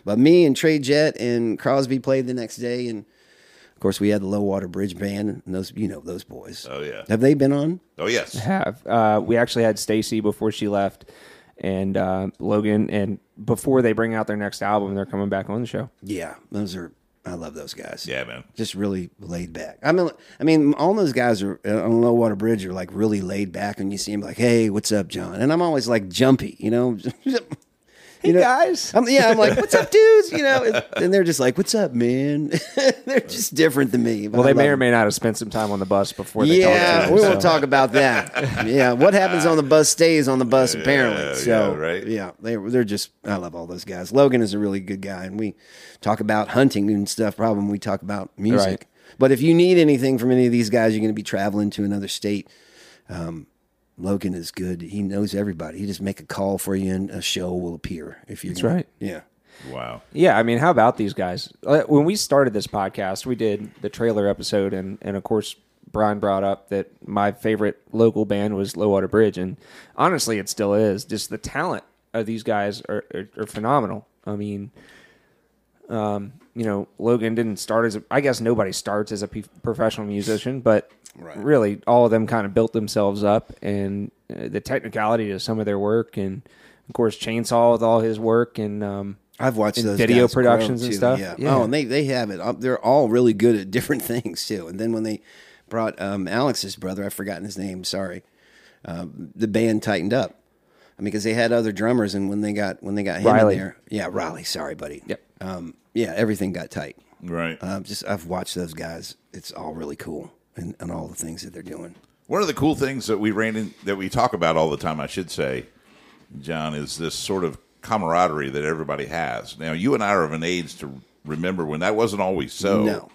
S3: But me and Trey Jet and Crosby played the next day, and of course we had the Low Water Bridge Band, and those you know those boys.
S1: Oh, yeah.
S3: have they been on?
S1: Oh, yes.
S2: Have uh, we actually had Stacy before she left, and uh, Logan, and before they bring out their next album, they're coming back on the show.
S3: Yeah, those are I love those guys.
S1: Yeah, man.
S3: just really laid back. I mean, I mean, all those guys are uh, on Low Water Bridge are like really laid back, and you see him like, "Hey, what's up, John?" And I'm always like jumpy, you know. You know,
S2: guys.
S3: I'm, yeah, I'm like, what's up, dudes? You know, and- and they're just like, what's up, man? they're just different than me.
S2: Well, they may or may not have spent some time on the bus before they
S3: Yeah,
S2: talked to
S3: we
S2: him,
S3: won't
S2: so.
S3: talk about that. yeah, what happens on the bus stays on the bus. Apparently,
S1: yeah,
S3: so
S1: right.
S3: Yeah, they they're just. I love all those guys. Logan is a really good guy, and we talk about hunting and stuff. Problem, we talk about music.
S2: Right.
S3: But if you need anything from any of these guys, you're going to be traveling to another state. Um, Logan is good. He knows everybody. He just make a call for you, and a show will appear. If you that's
S2: right.
S3: Yeah.
S1: Wow.
S2: Yeah, I mean, how about these guys? Uh, When we started this podcast, we did the trailer episode, and and of course, Brian brought up that my favorite local band was Low Water Bridge, and honestly, it still is. Just the talent of these guys are are, are phenomenal. I mean, um, you know, Logan didn't start as a, I guess nobody starts as a p- professional musician, but really all of them kind of built themselves up and uh, the technicality of some of their work, and of course, Chainsaw with all his work and. um
S3: I've watched
S2: and
S3: those
S2: video
S3: guys grow,
S2: productions and
S3: too.
S2: stuff.
S3: Yeah.
S2: Yeah.
S3: Oh, and they they have it. up They're all really good at different things too. And then when they brought um, Alex's brother, I've forgotten his name. Sorry, um, the band tightened up. I mean, because they had other drummers, and when they got when they got him
S2: Riley.
S3: in there, yeah, Riley. Sorry, buddy.
S2: Yep.
S3: Um, yeah, everything got tight.
S1: Right.
S3: Um, just I've watched those guys. It's all really cool, and, and all the things that they're doing.
S1: One of the cool things that we ran in that we talk about all the time, I should say, John, is this sort of camaraderie that everybody has. Now, you and I are of an age to remember when that wasn't always so.
S3: No,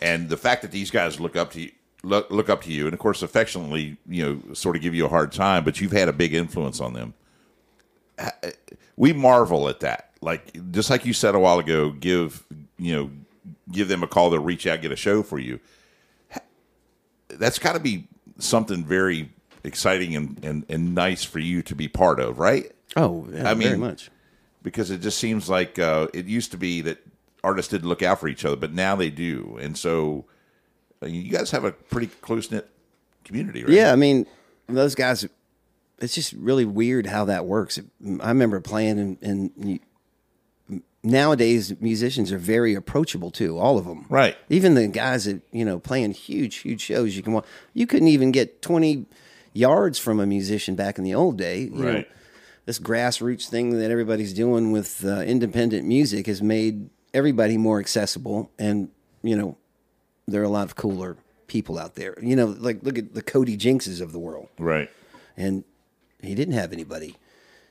S1: And the fact that these guys look up to you, look, look up to you, and of course, affectionately, you know, sort of give you a hard time, but you've had a big influence on them. Ha- We marvel at that. Like just like you said a while ago, give you know, give them a call. They'll reach out, get a show for you that's got to be something very exciting and, and, and nice for you to be part of, right?
S3: oh, yeah,
S1: I
S3: very
S1: mean-
S3: much.
S1: Because it just seems like uh, it used to be that artists didn't look out for each other, but now they do. And so uh, you guys have a pretty close knit community, right?
S3: Yeah, I mean, those guys. It's just really weird how that works. I remember playing, and, and you- nowadays musicians are very approachable too. All of them,
S1: Right.
S3: Even the guys that you know playing huge, huge shows. You can walk. You couldn't even get twenty yards from a musician back in the old day. you know.
S1: Right.
S3: this grassroots thing that everybody's doing with uh, independent music has made everybody more accessible, and you know there are a lot of cooler people out there. You know, like look at the Cody Jinxes of the world,
S1: Right.
S3: and he didn't have anybody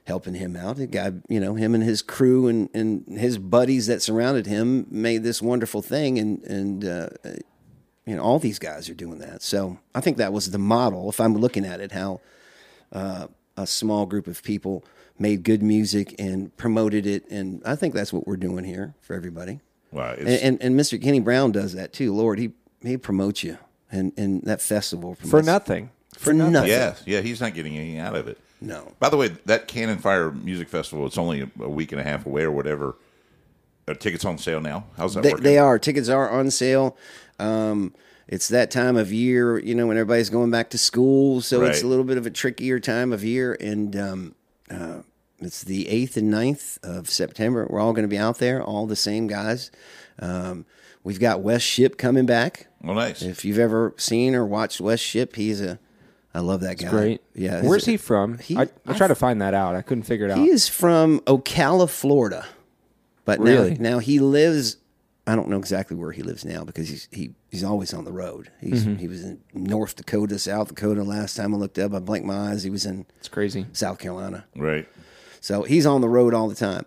S3: helping him out. The guy, you know, him and his crew and and his buddies that surrounded him made this wonderful thing, and and uh, you know all these guys are doing that. So I think that was the model. If I'm looking at it, how uh, a small group of people made good music and promoted it, and I think that's what we're doing here for everybody
S1: Wow. It's,
S3: and, and and Mr. Kenny Brown does that too. Lord, he he promotes you and and that festival
S2: for
S3: promotes-
S2: nothing.
S3: for nothing.
S1: yeah, yeah, he's not getting anything out of it.
S3: No.
S1: By the way, that Cannon Fire Music Festival, it's only a a week and a half away or whatever. Are tickets on sale now? How's that
S3: They,
S1: working?
S3: they are tickets are on sale. Um, it's that time of year, you know, when everybody's going back to school, so it's
S1: Right.
S3: a little bit of a trickier time of year. And um, uh, it's the eighth and 9th of September. We're all going to be out there, all the same guys. Um, we've got West Ship coming back.
S1: Well, nice.
S3: If you've ever seen or watched West Ship, he's a I love that guy.
S2: Great.
S3: Yeah.
S2: Where's
S3: he's-
S2: he from?
S3: Uh, he-
S2: I, I tried to find that out. I couldn't figure it out.
S3: He is from Ocala, Florida, but
S2: Really?
S3: now, now he lives. I don't know exactly where he lives now because he's he, he's always on the road. He's, He was in North Dakota, South Dakota. Last time I looked up, I blanked my eyes. He was in
S2: it's crazy.
S3: South Carolina,
S1: right.
S3: so he's on the road all the time.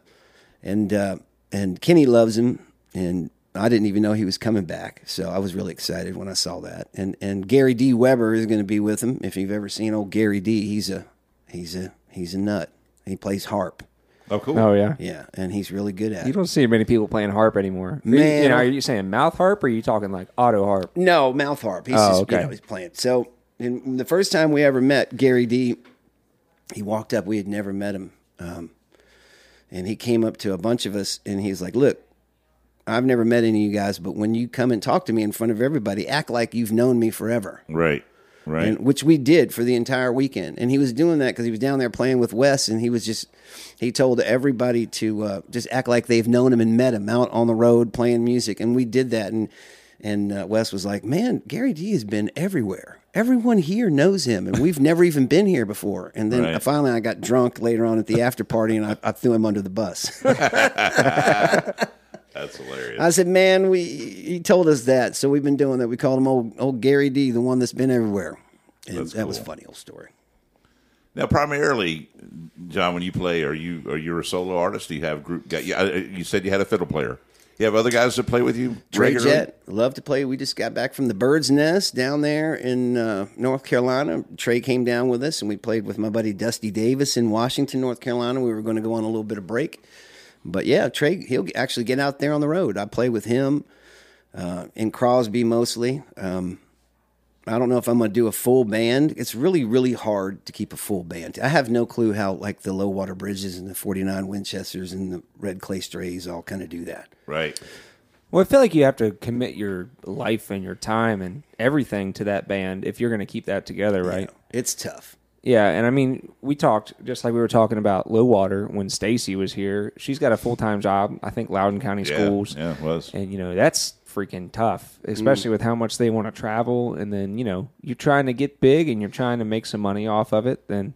S3: And uh, and Kenny loves him, and I didn't even know he was coming back, so I was really excited when I saw that. And and Gary D. Weber is going to be with him. If you've ever seen old Gary D, he's a he's a he's a nut. He plays harp.
S1: Oh, cool.
S3: Uh,
S2: Oh yeah.
S3: Yeah, and he's really good at
S2: You
S3: it.
S2: don't see many people playing harp anymore. Are you-
S3: Man.
S2: you know, are you saying mouth harp or are you talking like auto harp?
S3: No, mouth harp. He's
S2: Oh,
S3: just,
S2: okay.
S3: you know, he's playing. So, in the first time we ever met Gary D, he walked up. We had never met him. Um, and he came up to a bunch of us and he's like, Look, I've never met any of you guys, but when you come and talk to me in front of everybody, act like you've known me forever.
S1: Right. Right.
S3: and which we did for the entire weekend. And he was doing that because he was down there playing with Wes, and he was just he told everybody to uh, just act like they've known him and met him out on the road playing music, and we did that. And and uh, Wes was like, "Man, Gary D has been everywhere." everyone here knows him, and we've never even been here before. And then
S1: Right.
S3: finally, I got drunk later on at the after party, and I, I threw him under the bus.
S1: That's hilarious.
S3: I said, "Man, we he told us that, so we've been doing that. We called him old old Gary D, the one that's been everywhere." And
S1: That's
S3: that was a
S1: cool.
S3: funny old story.
S1: Now, primarily, John, when you play, are you are you a solo artist? Do you have group? Guy, you, uh, you said you had a fiddle player. You have other guys that play with you
S3: Trey
S1: regularly?
S3: Jet, love to play. We just got back from the Bird's Nest down there in uh, North Carolina. Trey came down with us, and we played with my buddy Dusty Davis in Washington, North Carolina. We were going to go on a little bit of break, but yeah, Trey he'll actually get out there on the road. I play with him uh, in Crosby mostly. Um, I don't know if I'm going to do a full band. It's really, really hard to keep a full band. I have no clue how like the Low Water Bridges and the 49 Winchesters and the Red Clay Strays all kind of do that.
S1: Right.
S2: Well, I feel like you have to commit your life and your time and everything to that band if you're going to keep that together, right?
S3: It's tough.
S2: Yeah, and I mean, we talked just like we were talking about low water when Stacy was here. She's got a full time job, I think, Loudoun County
S1: Yeah.
S2: Schools.
S1: Yeah, it was. Mm.
S2: and you know that's freaking tough, especially with how much they want to travel. And then you know you're trying to get big and you're trying to make some money off of it. Then,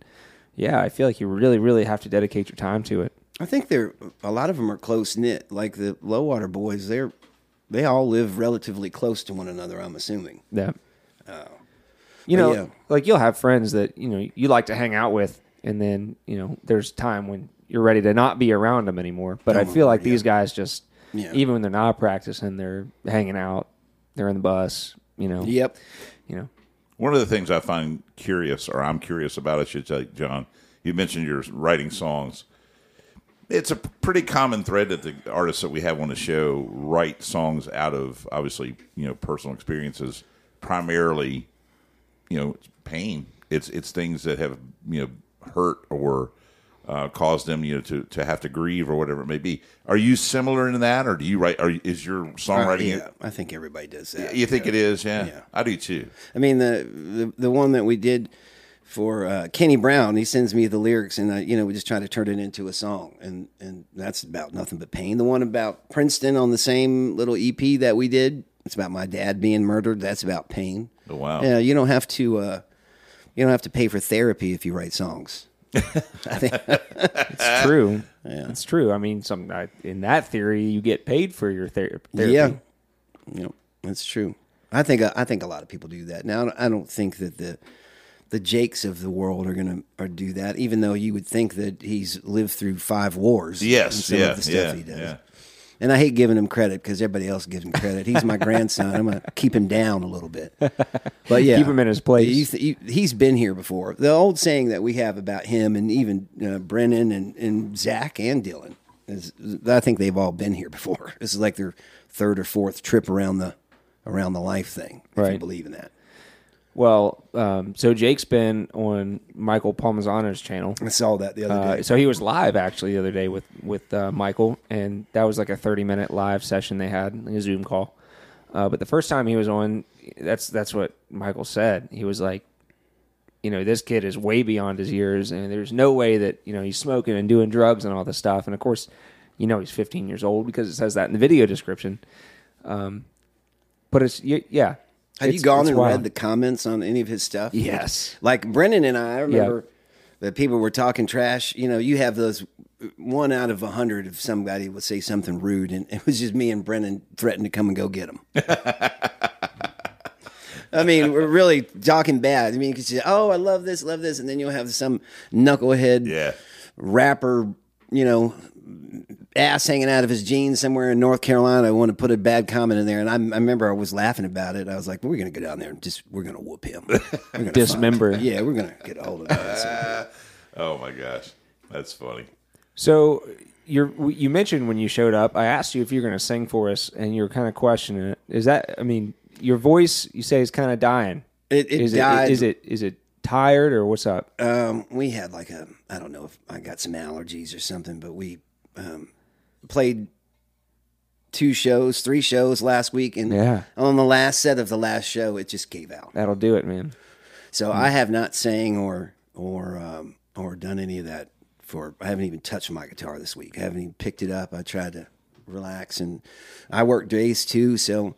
S2: yeah, I feel like you really, really have to dedicate your time to it.
S3: I think they're a lot of them are close knit. Like the low water boys, they're they all live relatively close to one another. I'm assuming.
S2: Yeah. You know,
S3: Oh. But, yeah.
S2: like you'll have friends that you know you like to hang out with, and then you know there's time when you're ready to not be around them anymore. But I feel like these guys just,
S3: Oh, Yeah.
S2: even when they're not practicing, they're hanging out, they're in the bus. You know.
S3: Yep.
S2: You know.
S1: One of the things I find curious, or I'm curious about, I should say, John, you mentioned you're writing songs. It's a pretty common thread that the artists that we have on the show write songs out of, obviously, you know, personal experiences, primarily, you know, it's pain. It's it's things that have you know hurt or uh, caused them you know to, to have to grieve or whatever it may be. Are you similar in that, or do you write? Are you- is your songwriting?
S3: yeah, I think everybody does that.
S1: You think it is? Yeah,
S3: Uh, Yeah.
S1: I do too.
S3: I mean the the, the one that we did for uh, Kenny Brown, he sends me the lyrics, and I, you know we just try to turn it into a song, and and that's about nothing but pain. The one about Princeton on the same little EP that we did, it's about my dad being murdered. That's about pain.
S1: Oh, wow.
S3: Yeah, you don't have to. Uh, you don't have to pay for therapy if you write songs. Uh,
S2: It's true. It's true. I mean, some I, in that theory, you get paid for your ther- therapy.
S3: Yeah, yep, that's true. I think I think a lot of people do that now. I don't think that the the Jakes of the world are gonna or do that. Even though you would think that he's lived through five wars. and
S1: Yes,
S3: some
S1: yeah,
S3: of the stuff
S1: yeah,
S3: he does.
S1: yeah.
S3: And I hate giving him credit because everybody else gives him credit. He's my grandson. I'm gonna keep him down a little bit. But yeah,
S2: Keep him in his place.
S3: You th- you- he's been here before. The old saying that we have about him and even uh, Brennan and, and Zach and Dylan is I think they've all been here before. This is like their third or fourth trip around the around the life thing. If you
S2: Right.
S3: believe in that.
S2: Well, um, so Jake's been on Michael Palmisano's channel.
S3: I saw that the other
S2: Uh,
S3: day.
S2: so he was live actually the other day with with uh, Michael, and that was like a thirty minute live session they had, like a Zoom call. Uh, but the first time he was on, that's that's what Michael said. He was like, you know, this kid is way beyond his years, and there's no way that you know he's smoking and doing drugs and all this stuff. And of course, you know he's 15 years old because it says that in the video description. Um, but it's y- yeah.
S3: Have you
S2: It's-
S3: gone
S2: it's
S3: and
S2: wild.
S3: read the comments on any of his stuff?
S2: Yes.
S3: Like Brennan and I, I remember that people were talking trash. You know, you have those one out of a hundred if somebody would say something rude, and it was just me and Brennan threatened to come and go get him. I mean, we're really talking bad. I mean, because you oh, I love this, love this, and then you'll have some knucklehead
S1: Yeah.
S3: rapper, you know, ass hanging out of his jeans somewhere in North Carolina. I want to put a bad comment in there, and I, I remember I was laughing about it. I was like, "We're gonna go down there and just we're gonna whoop him, We're gonna
S2: Dismember.
S3: find- yeah, we're gonna get a hold of that."
S1: Oh my gosh, that's funny.
S2: So you're you mentioned when you showed up, I asked you if you're going to sing for us, and you were kind of questioning it. Is that I mean, your voice you say is kind of dying.
S3: It- it
S2: is
S3: died.
S2: It, is it is it tired or what's up?
S3: um, we had like a I don't know if I got some allergies or something, but we um, played two shows, three shows last week, and
S2: Yeah.
S3: on the last set of the last show, it just gave out.
S2: That'll do it, man.
S3: So I have not sang or or um, or done any of that for. I haven't even touched my guitar this week. I haven't even picked it up. I tried to relax, and I work days too, so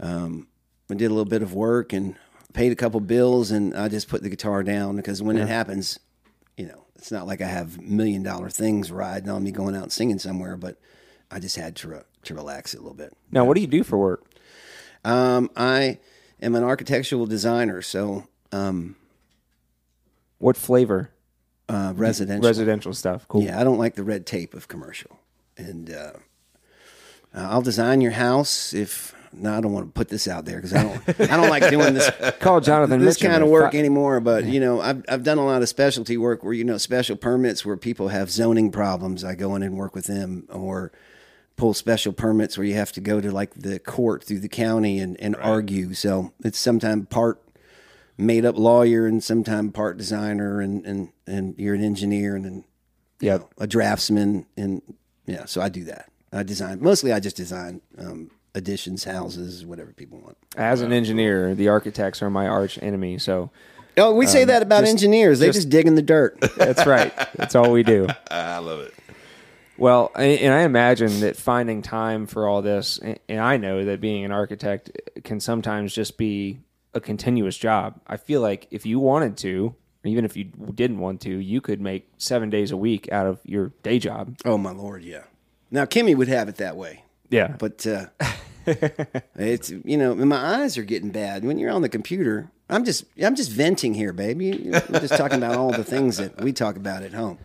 S3: um, I did a little bit of work and paid a couple bills, and I just put the guitar down because when it happens, you know, it's not like I have million dollar things riding on me going out and singing somewhere, but I just had to, re- to relax it a little bit.
S2: Now, what do you do for work?
S3: Um, I am an architectural designer, so um,
S2: What flavor?
S3: uh, residential.
S2: Residential stuff. Cool.
S3: Yeah, I don't like the red tape of commercial. And uh, uh, I'll design your house if. No, I don't want to put this out there because I don't. I don't like doing this
S2: Call Jonathan.
S3: this
S2: Mitchum
S3: kind of
S2: and
S3: work
S2: fi-
S3: anymore. But you know, I've I've done a lot of specialty work where you know special permits where people have zoning problems. I go in and work with them or pull special permits where you have to go to like the court through the county and, and argue. So it's sometimes part made up lawyer and sometimes part designer and and and you're an engineer and then
S2: Yeah.
S3: a draftsman and yeah. So I do that. I design mostly. I just design um, additions, houses, whatever people want.
S2: As an engineer, the architects are my arch enemy. So
S3: Oh, we say that about engineers. They just dig in the dirt.
S2: that's right. that's all we do.
S1: I love it.
S2: Well, and and I imagine that finding time for all this, and- and I know that being an architect can sometimes just be a continuous job. I feel like if you wanted to, or even if you didn't want to, you could make seven days a week out of your day job.
S3: oh my lord, yeah. Now Kimmy would have it that way,
S2: Yeah. But
S3: but uh, it's you know and my eyes are getting bad when you're on the computer. I'm just I'm just venting here, baby. We're just talking about all the things that we talk about at home.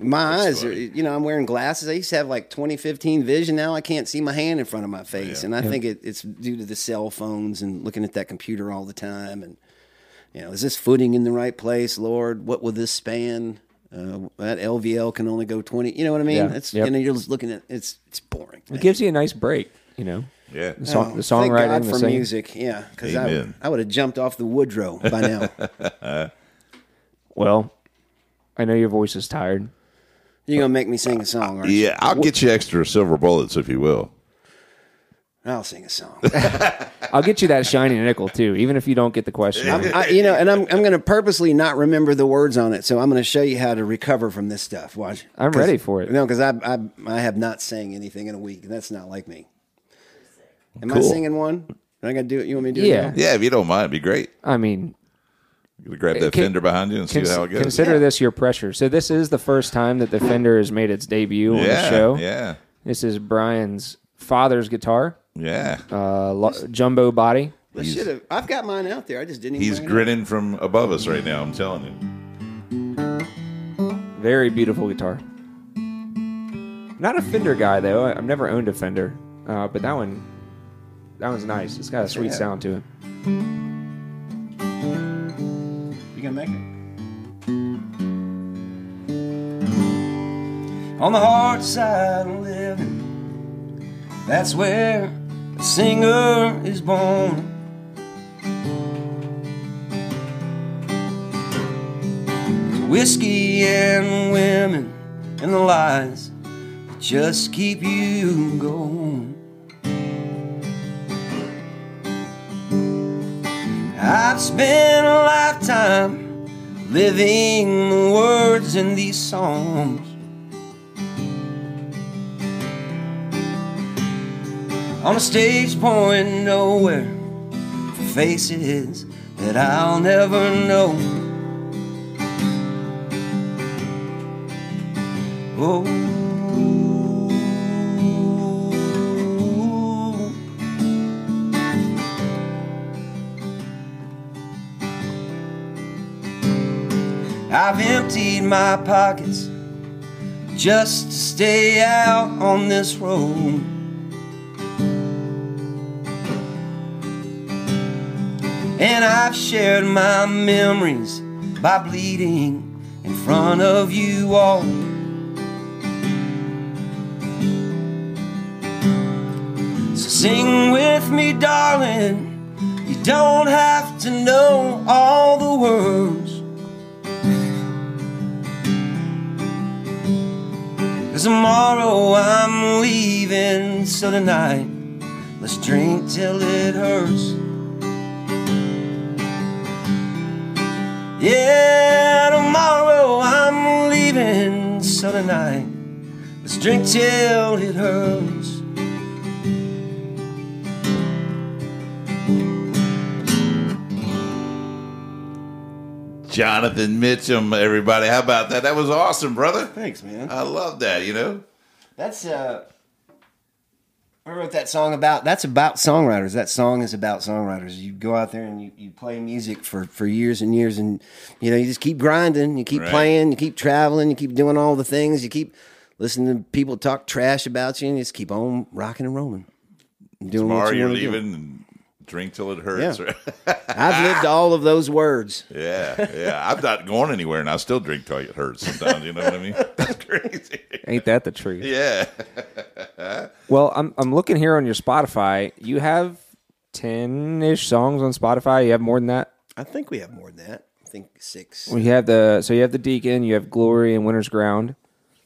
S3: My eyes are, you know, I'm wearing glasses. I used to have like 2015 vision. Now I can't see my hand in front
S2: Oh,
S3: of my face, and I think it, it's due to the cell phones and looking at that computer all the time. And you know, is this footing in the right place, Lord? What will this span? Uh, that LVL can only go 20. You know what I mean?
S2: Yeah.
S3: It's
S2: Yep.
S3: you know, you're just looking at it's it's boring.
S2: it gives you a nice break, you know?
S1: Yeah.
S2: The, song, the
S3: Oh, Thank
S2: songwriting,
S3: God
S2: the
S3: for
S2: singing.
S3: music, yeah, because I,
S1: Amen.
S3: I would have jumped off the Woodrow by now.
S2: Well, I know your voice is tired.
S3: You're gonna make me sing a song, aren't you?
S1: Yeah, I'll get you extra silver bullets if you will.
S3: I'll sing a song.
S2: I'll get you that shiny nickel too, even if you don't get the question. right.
S3: I, you know, and I'm I'm gonna purposely not remember the words on it, so I'm gonna show you how to recover from this stuff. Watch.
S2: I'm
S3: 'Cause-
S2: ready for it.
S3: No, because I, I I have not sang anything in a week, and that's not like me. Am I
S1: Cool.
S3: singing one? Am I gonna do it? You want me to do
S2: Yeah.
S3: it? now?
S1: Yeah, if you don't mind, it'd be great.
S2: I mean,
S1: You could grab that
S2: Can-
S1: fender behind you and see
S2: Cons-
S1: how it goes.
S2: Consider this your pressure. So this is the first time that the Fender has made its debut on
S1: yeah,
S2: the show.
S1: yeah,
S2: This is Brian's father's guitar,
S1: yeah.
S2: uh, lo- jumbo body.
S3: I should have. I've got mine out there. I just didn't. even
S1: He's
S3: bring it up.
S1: grinning from above us right now. I'm telling you.
S2: Very beautiful guitar. Not a Fender guy though. I- I've never owned a Fender, uh, but that one, that one's nice. It's got a sweet
S3: Yeah.
S2: sound to it.
S3: You gonna make it? On the hard side of living, that's where a singer is born. Whiskey and women and the lies that just keep you going. I've spent a lifetime living the words in these songs. On a stage point nowhere, for faces that I'll never know. Oh. I've emptied my pockets just to stay out on this road. And I've shared my memories by bleeding in front of you all. So sing with me, darling. You don't have to know all the words. Cause tomorrow I'm leaving, so tonight let's drink till it hurts. Yeah, tomorrow I'm leaving, so tonight let's drink till it hurts.
S1: Jonathan Mitchum, everybody. How about that? That was awesome, brother.
S3: Thanks, man.
S1: I love that, you know?
S3: That's uh I wrote that song about that's about songwriters. That song is about songwriters. You go out there and you, you play music for, for years and years and you know, you just keep grinding, you keep
S1: Right.
S3: playing, you keep traveling, you keep doing all the things, you keep listening to people talk trash about you and you just keep on rocking and rolling. and Doing
S1: Tomorrow
S3: what you
S1: you're
S3: want to do.
S1: leaving and drink till it hurts.
S3: Yeah. I've lived all of those words.
S1: yeah, yeah. I'm not going anywhere and I still drink till it hurts sometimes, you know what I mean? That's crazy.
S2: Ain't that the truth?
S1: Yeah.
S2: Well, I'm I'm looking here on your Spotify. You have ten ish songs on Spotify. You have more than that.
S3: I think we have more than that. I think six.
S2: We have the so you have the Deacon, you have Glory and Winter's Ground.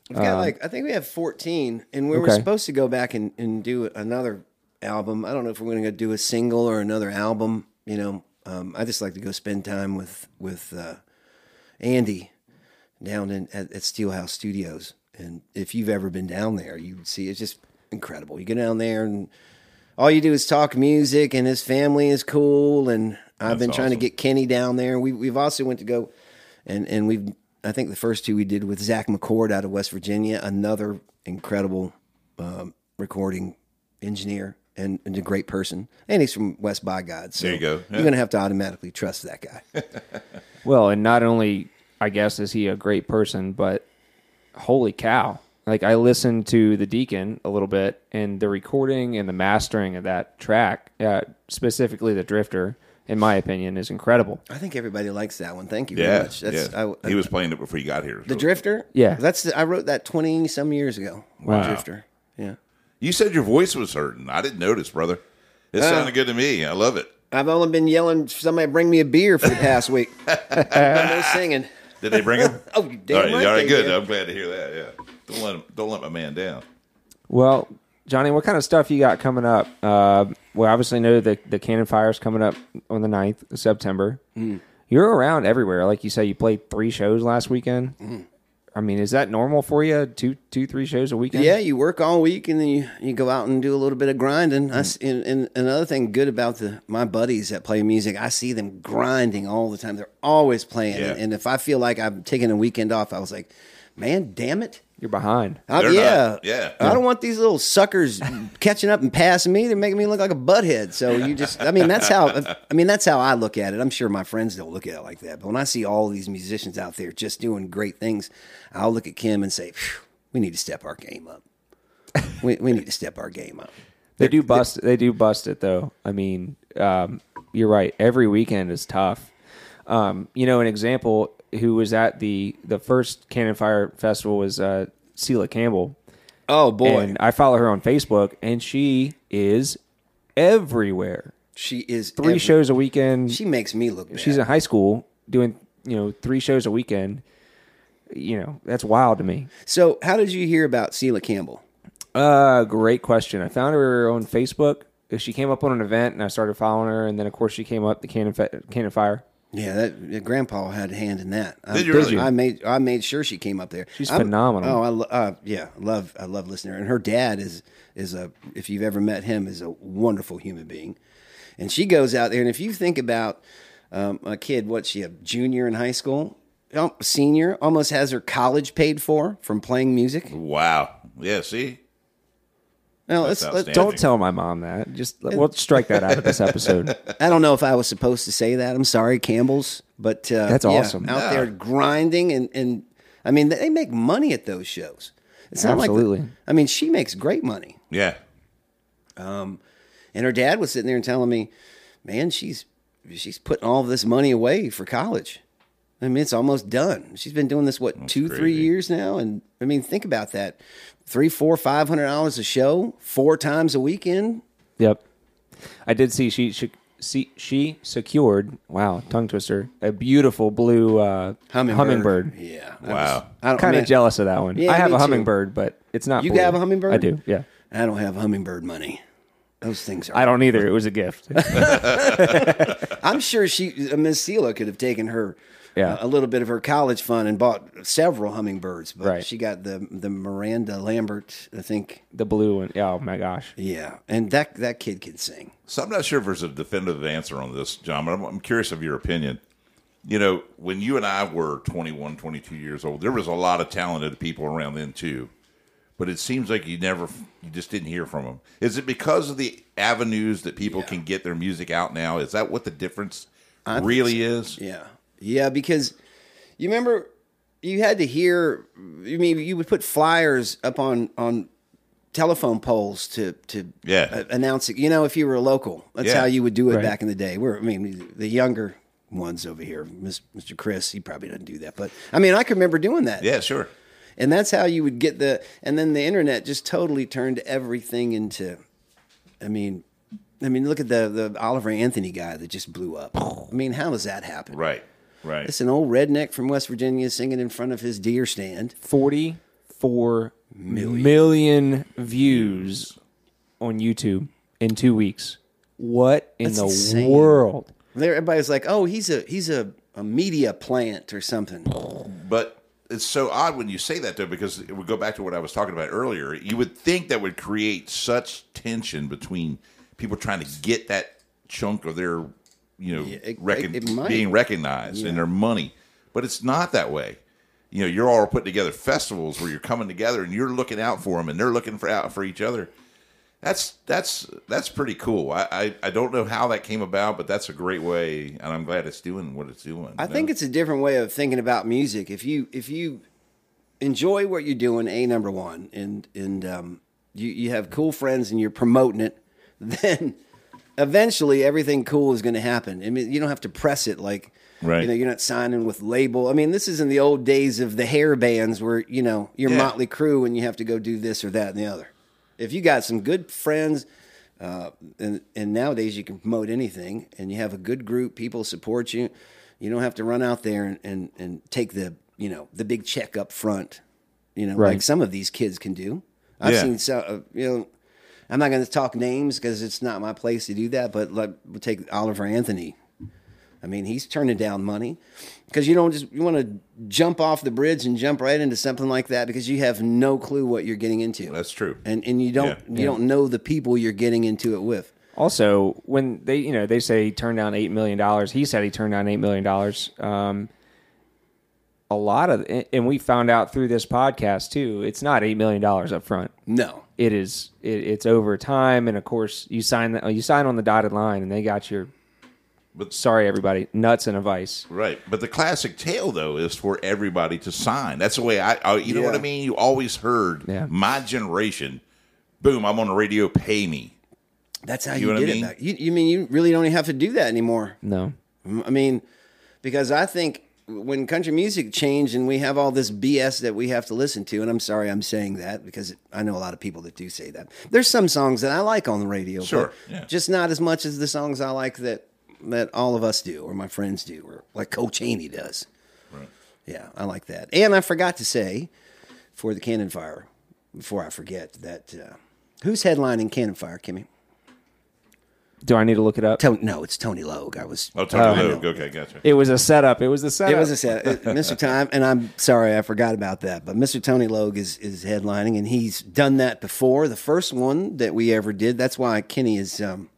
S3: We've got like I think we have fourteen, and we were
S2: okay.
S3: supposed to go back and, and do another album. I don't know if we're going to do a single or another album. You know, um, I just like to go spend time with with uh, Andy down in at, at Steelhouse Studios. And if you've ever been down there, you would see it's just incredible. You go down there and all you do is talk music, and his family is cool. And I've been trying to get Kenny down there. We we've also went to go, and and we've I think the first two we did with Zach McCord out of West Virginia, another incredible um, recording engineer and, and a great person, and he's from West by God. So
S1: There you go. Yeah.
S3: You're gonna have to automatically trust that guy.
S2: Well, and not only I guess is he a great person, but holy cow. Like I listened to the Deacon a little bit and the recording and the mastering of that track, uh, specifically the Drifter, in my opinion, is incredible.
S3: I think everybody likes that one. Thank you very
S1: Yeah.
S3: much. That's
S1: yeah.
S3: I,
S1: he was playing it before he got here.
S3: the Drifter.
S2: Yeah.
S3: that's I wrote that twenty some years ago. Wow, Drifter. Yeah,
S1: you said your voice was hurting. I didn't notice, brother.
S3: Uh,
S1: It sounded good to me. I love it.
S3: I've only been yelling. Somebody bring me a beer for the past week. no singing.
S1: Did they bring him?
S3: Oh, you damn
S1: all right,
S3: right
S1: all right
S3: they
S1: good.
S3: did.
S1: I'm glad to hear that. Yeah. Don't let him, don't let my man down.
S2: Well, Johnny, what kind of stuff you got coming up? Uh, we obviously know that the Cannon Fire's coming up on the 9th of September. You're around everywhere. Like you say, you played three shows last weekend. I mean, is that normal for you? Two, two, three shows a weekend?
S3: Yeah, you work all week and then you, you go out and do a little bit of
S1: Mm.
S3: grinding. I s and, and another thing good about the my buddies that play music, I see them grinding all the time. They're always playing.
S1: Yeah.
S3: And, and if I feel like I'm taking a weekend off, I was like, man, damn it.
S2: You're behind.
S3: I-
S1: They're
S3: yeah,
S1: not. Yeah.
S3: I don't want these little suckers catching up and passing me. They're making me look like a butthead. So you just, I mean, that's how. I mean, that's how I look at it. I'm sure my friends don't look at it like that. But when I see all these musicians out there just doing great things, I'll look at Kim and say, "Phew, "We need to step our game up. We, we need to step our game up."
S2: They do bust. They do bust it though. I mean, um, you're right. Every weekend is tough. Um, you know, an example who was at the the first Cannon Fire Festival was uh, Celia Campbell,
S3: Oh boy,
S2: and I follow her on Facebook, and she is everywhere.
S3: she is
S2: Three
S3: every-
S2: shows a weekend.
S3: She makes me look. Bad.
S2: She's in high school doing you know three shows a weekend. You know that's wild to me.
S3: so. How did you hear about Sheila Campbell?
S2: Uh, great question. I found her on Facebook. Uh, She came up on an event, and I started following her. And then, of course, she came up the cannon, fe- cannon fire.
S3: Yeah, that that Grandpa had a hand in that. I,
S1: Did you really?
S3: I made I made sure she came up there.
S2: She's phenomenal.
S3: Oh, I lo- uh, yeah, I love I love listening to her. And her dad is is a if you've ever met him is a wonderful human being. And she goes out there, and if you think about um, a kid, what's she a junior in high school, Um, senior, almost has her college paid for from playing music.
S1: Wow. Yeah. See,
S3: Now,
S1: That's
S3: let's, let,
S1: outstanding.
S3: don't.
S2: Don't tell my mom that. Just let- we'll strike that out of this episode.
S3: I don't know if I was supposed to say that. I'm sorry, Campbell's, but uh,
S2: That's
S3: yeah,
S2: awesome.
S3: out there grinding and and I mean they make money at those shows. It's not like
S2: Absolutely.
S3: I mean she makes great money.
S1: Yeah.
S3: And her dad was sitting there and telling me, "Man, she's she's putting all this money away for college. I mean, it's almost done. She's been doing this what two, three
S1: crazy.
S3: years now. And I mean, think about that: three, four, five hundred dollars a show, four times a weekend.
S2: Yep. I did see she she she, she secured. Wow, tongue twister. A beautiful blue uh,
S3: Hummingbird. Yeah. I was-
S1: Wow.
S3: I don't
S2: Kind of
S3: man,
S2: jealous of that one.
S3: Yeah,
S2: I have a
S3: me too.
S2: hummingbird, but it's not.
S3: You
S2: blue.
S3: have a hummingbird?
S2: I do. Yeah.
S3: I don't have hummingbird money. Those things are.
S2: I don't either. It was a gift.
S3: I'm sure she, uh, Miss Sela could have taken her,
S2: Yeah.
S3: uh, a little bit of her college fund and bought several hummingbirds, but
S2: Right.
S3: she got the the Miranda Lambert, I think.
S2: the blue one. Oh my gosh.
S3: Yeah, and that that kid can sing.
S1: So I'm not sure if there's a definitive answer on this, John, but I'm, I'm curious of your opinion. you know, when you and I were 21, 22 years old, there was a lot of talented people around then too. But it seems like you never, you just didn't hear from them. Is it because of the avenues that people can get their music out now? Is that what the difference really is?
S3: Yeah. Yeah, because you remember you had to hear I mean you would put flyers up on on telephone poles to to
S1: Yeah.
S3: uh, announce it. You know, if you were local. That's
S1: Yeah.
S3: how you would do it
S2: Right.
S3: back in the day. We're I mean the younger ones over here, Miss- Mr. Chris, he probably doesn't do that, but I mean I can remember doing that.
S1: Yeah, sure.
S3: And that's how you would get the and then the internet just totally turned everything into I mean I mean look at the the Oliver Anthony guy that just blew up. I mean, how does that happen?
S1: Right, right.
S3: It's an old redneck from West Virginia singing in front of his deer stand.
S2: 44 million. views on YouTube in two weeks. What in
S3: That's
S2: the
S3: insane.
S2: world?
S3: There, everybody's like, "Oh, he's a he's a, a media plant or something."
S1: Oh, But it's so odd when you say that though, because it would go back to what I was talking about earlier. You would think that would create such tension between people trying to get that chunk of their, you know,
S3: it-
S1: recon-
S3: it- it might.
S1: being recognized and their money, but it's not that way. You know, you're all putting together festivals where you're coming together and you're looking out for them, and they're looking for out for each other. That's that's that's pretty cool. I, I I don't know how that came about, but that's a great way, and I'm glad it's doing what it's doing.
S3: I think it's a different way of thinking about music. If you if you enjoy what you're doing, a number one, and and um, you you have cool friends and you're promoting it, then eventually everything cool is going to happen. I mean, you don't have to press it like.
S1: Right.
S3: You know, you're not signing with label. I mean, this is in the old days of the hair bands where, you know, you're
S1: Yeah.
S3: Motley Crue and you have to go do this or that and the other. If you got some good friends, uh, and and nowadays you can promote anything, and you have a good group, people support you. You don't have to run out there and and, and take the you know the big check up front, you know, like
S2: Right.
S3: some of these kids can do. I've
S1: Yeah.
S3: seen so uh, you know. I'm not going to talk names because it's not my place to do that. But like, we'll take Oliver Anthony. I mean, he's turning down money because you don't just you want to jump off the bridge and jump right into something like that because you have no clue what you're getting into
S1: that's true.
S3: and and you don't
S1: Yeah.
S3: you don't know the people you're getting into it with.
S2: Also, when they you know they say he turned down eight million dollars, he said he turned down eight million dollars. Um, a lot of, and we found out through this podcast too. It's not eight million dollars up front.
S3: No,
S2: It is. It, it's over time, and of course, you sign the, you sign on the dotted line, and they got your.
S1: But-
S2: sorry, everybody, nuts in a vice.
S1: Right, but the classic tale though is for everybody to sign. That's the way I, I you know what I
S3: Yeah.
S1: mean. You always heard
S2: Yeah.
S1: my generation. Boom! I'm on the radio. Pay me.
S3: that's how
S1: You
S3: you,
S1: know what I
S3: did
S1: mean?
S3: it. Back. You, you mean you really don't even have to do that anymore.
S2: No,
S3: I mean, because I think when country music changed and we have all this BS that we have to listen to, and I'm sorry I'm saying that because I know a lot of people that do say that. There's some songs that I like on the radio,
S1: Sure,
S3: but
S1: yeah.
S3: just not as much as the songs I like that that all of us do or my friends do or like Cole Chaney does. Right. Yeah, I like that. And I forgot to say for the Cannon Fire, before I forget that uh, who's headlining Cannon Fire, Kimmy?
S2: do I need to look it up?
S3: Tony, no, it's Tony Logue. I was
S1: Oh, Tony Logue. Okay, gotcha.
S2: It was a setup. It was the setup.
S3: It was a set, uh, Mr. Time, and I'm sorry I forgot about that. But Mr. Tony Logue is is headlining, and he's done that before. The first one that we ever did. That's why Kenny is um,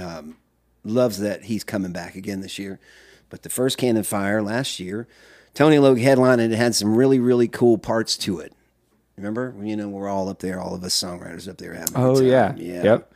S3: um, loves that he's coming back again this year. But the first Cannon Fire last year, Tony Logue headlined, and it had some really really cool parts to it. Remember, you know, we're all up there, all of us songwriters up there having. a
S2: Oh
S3: good
S2: yeah.
S3: time.
S2: Yep.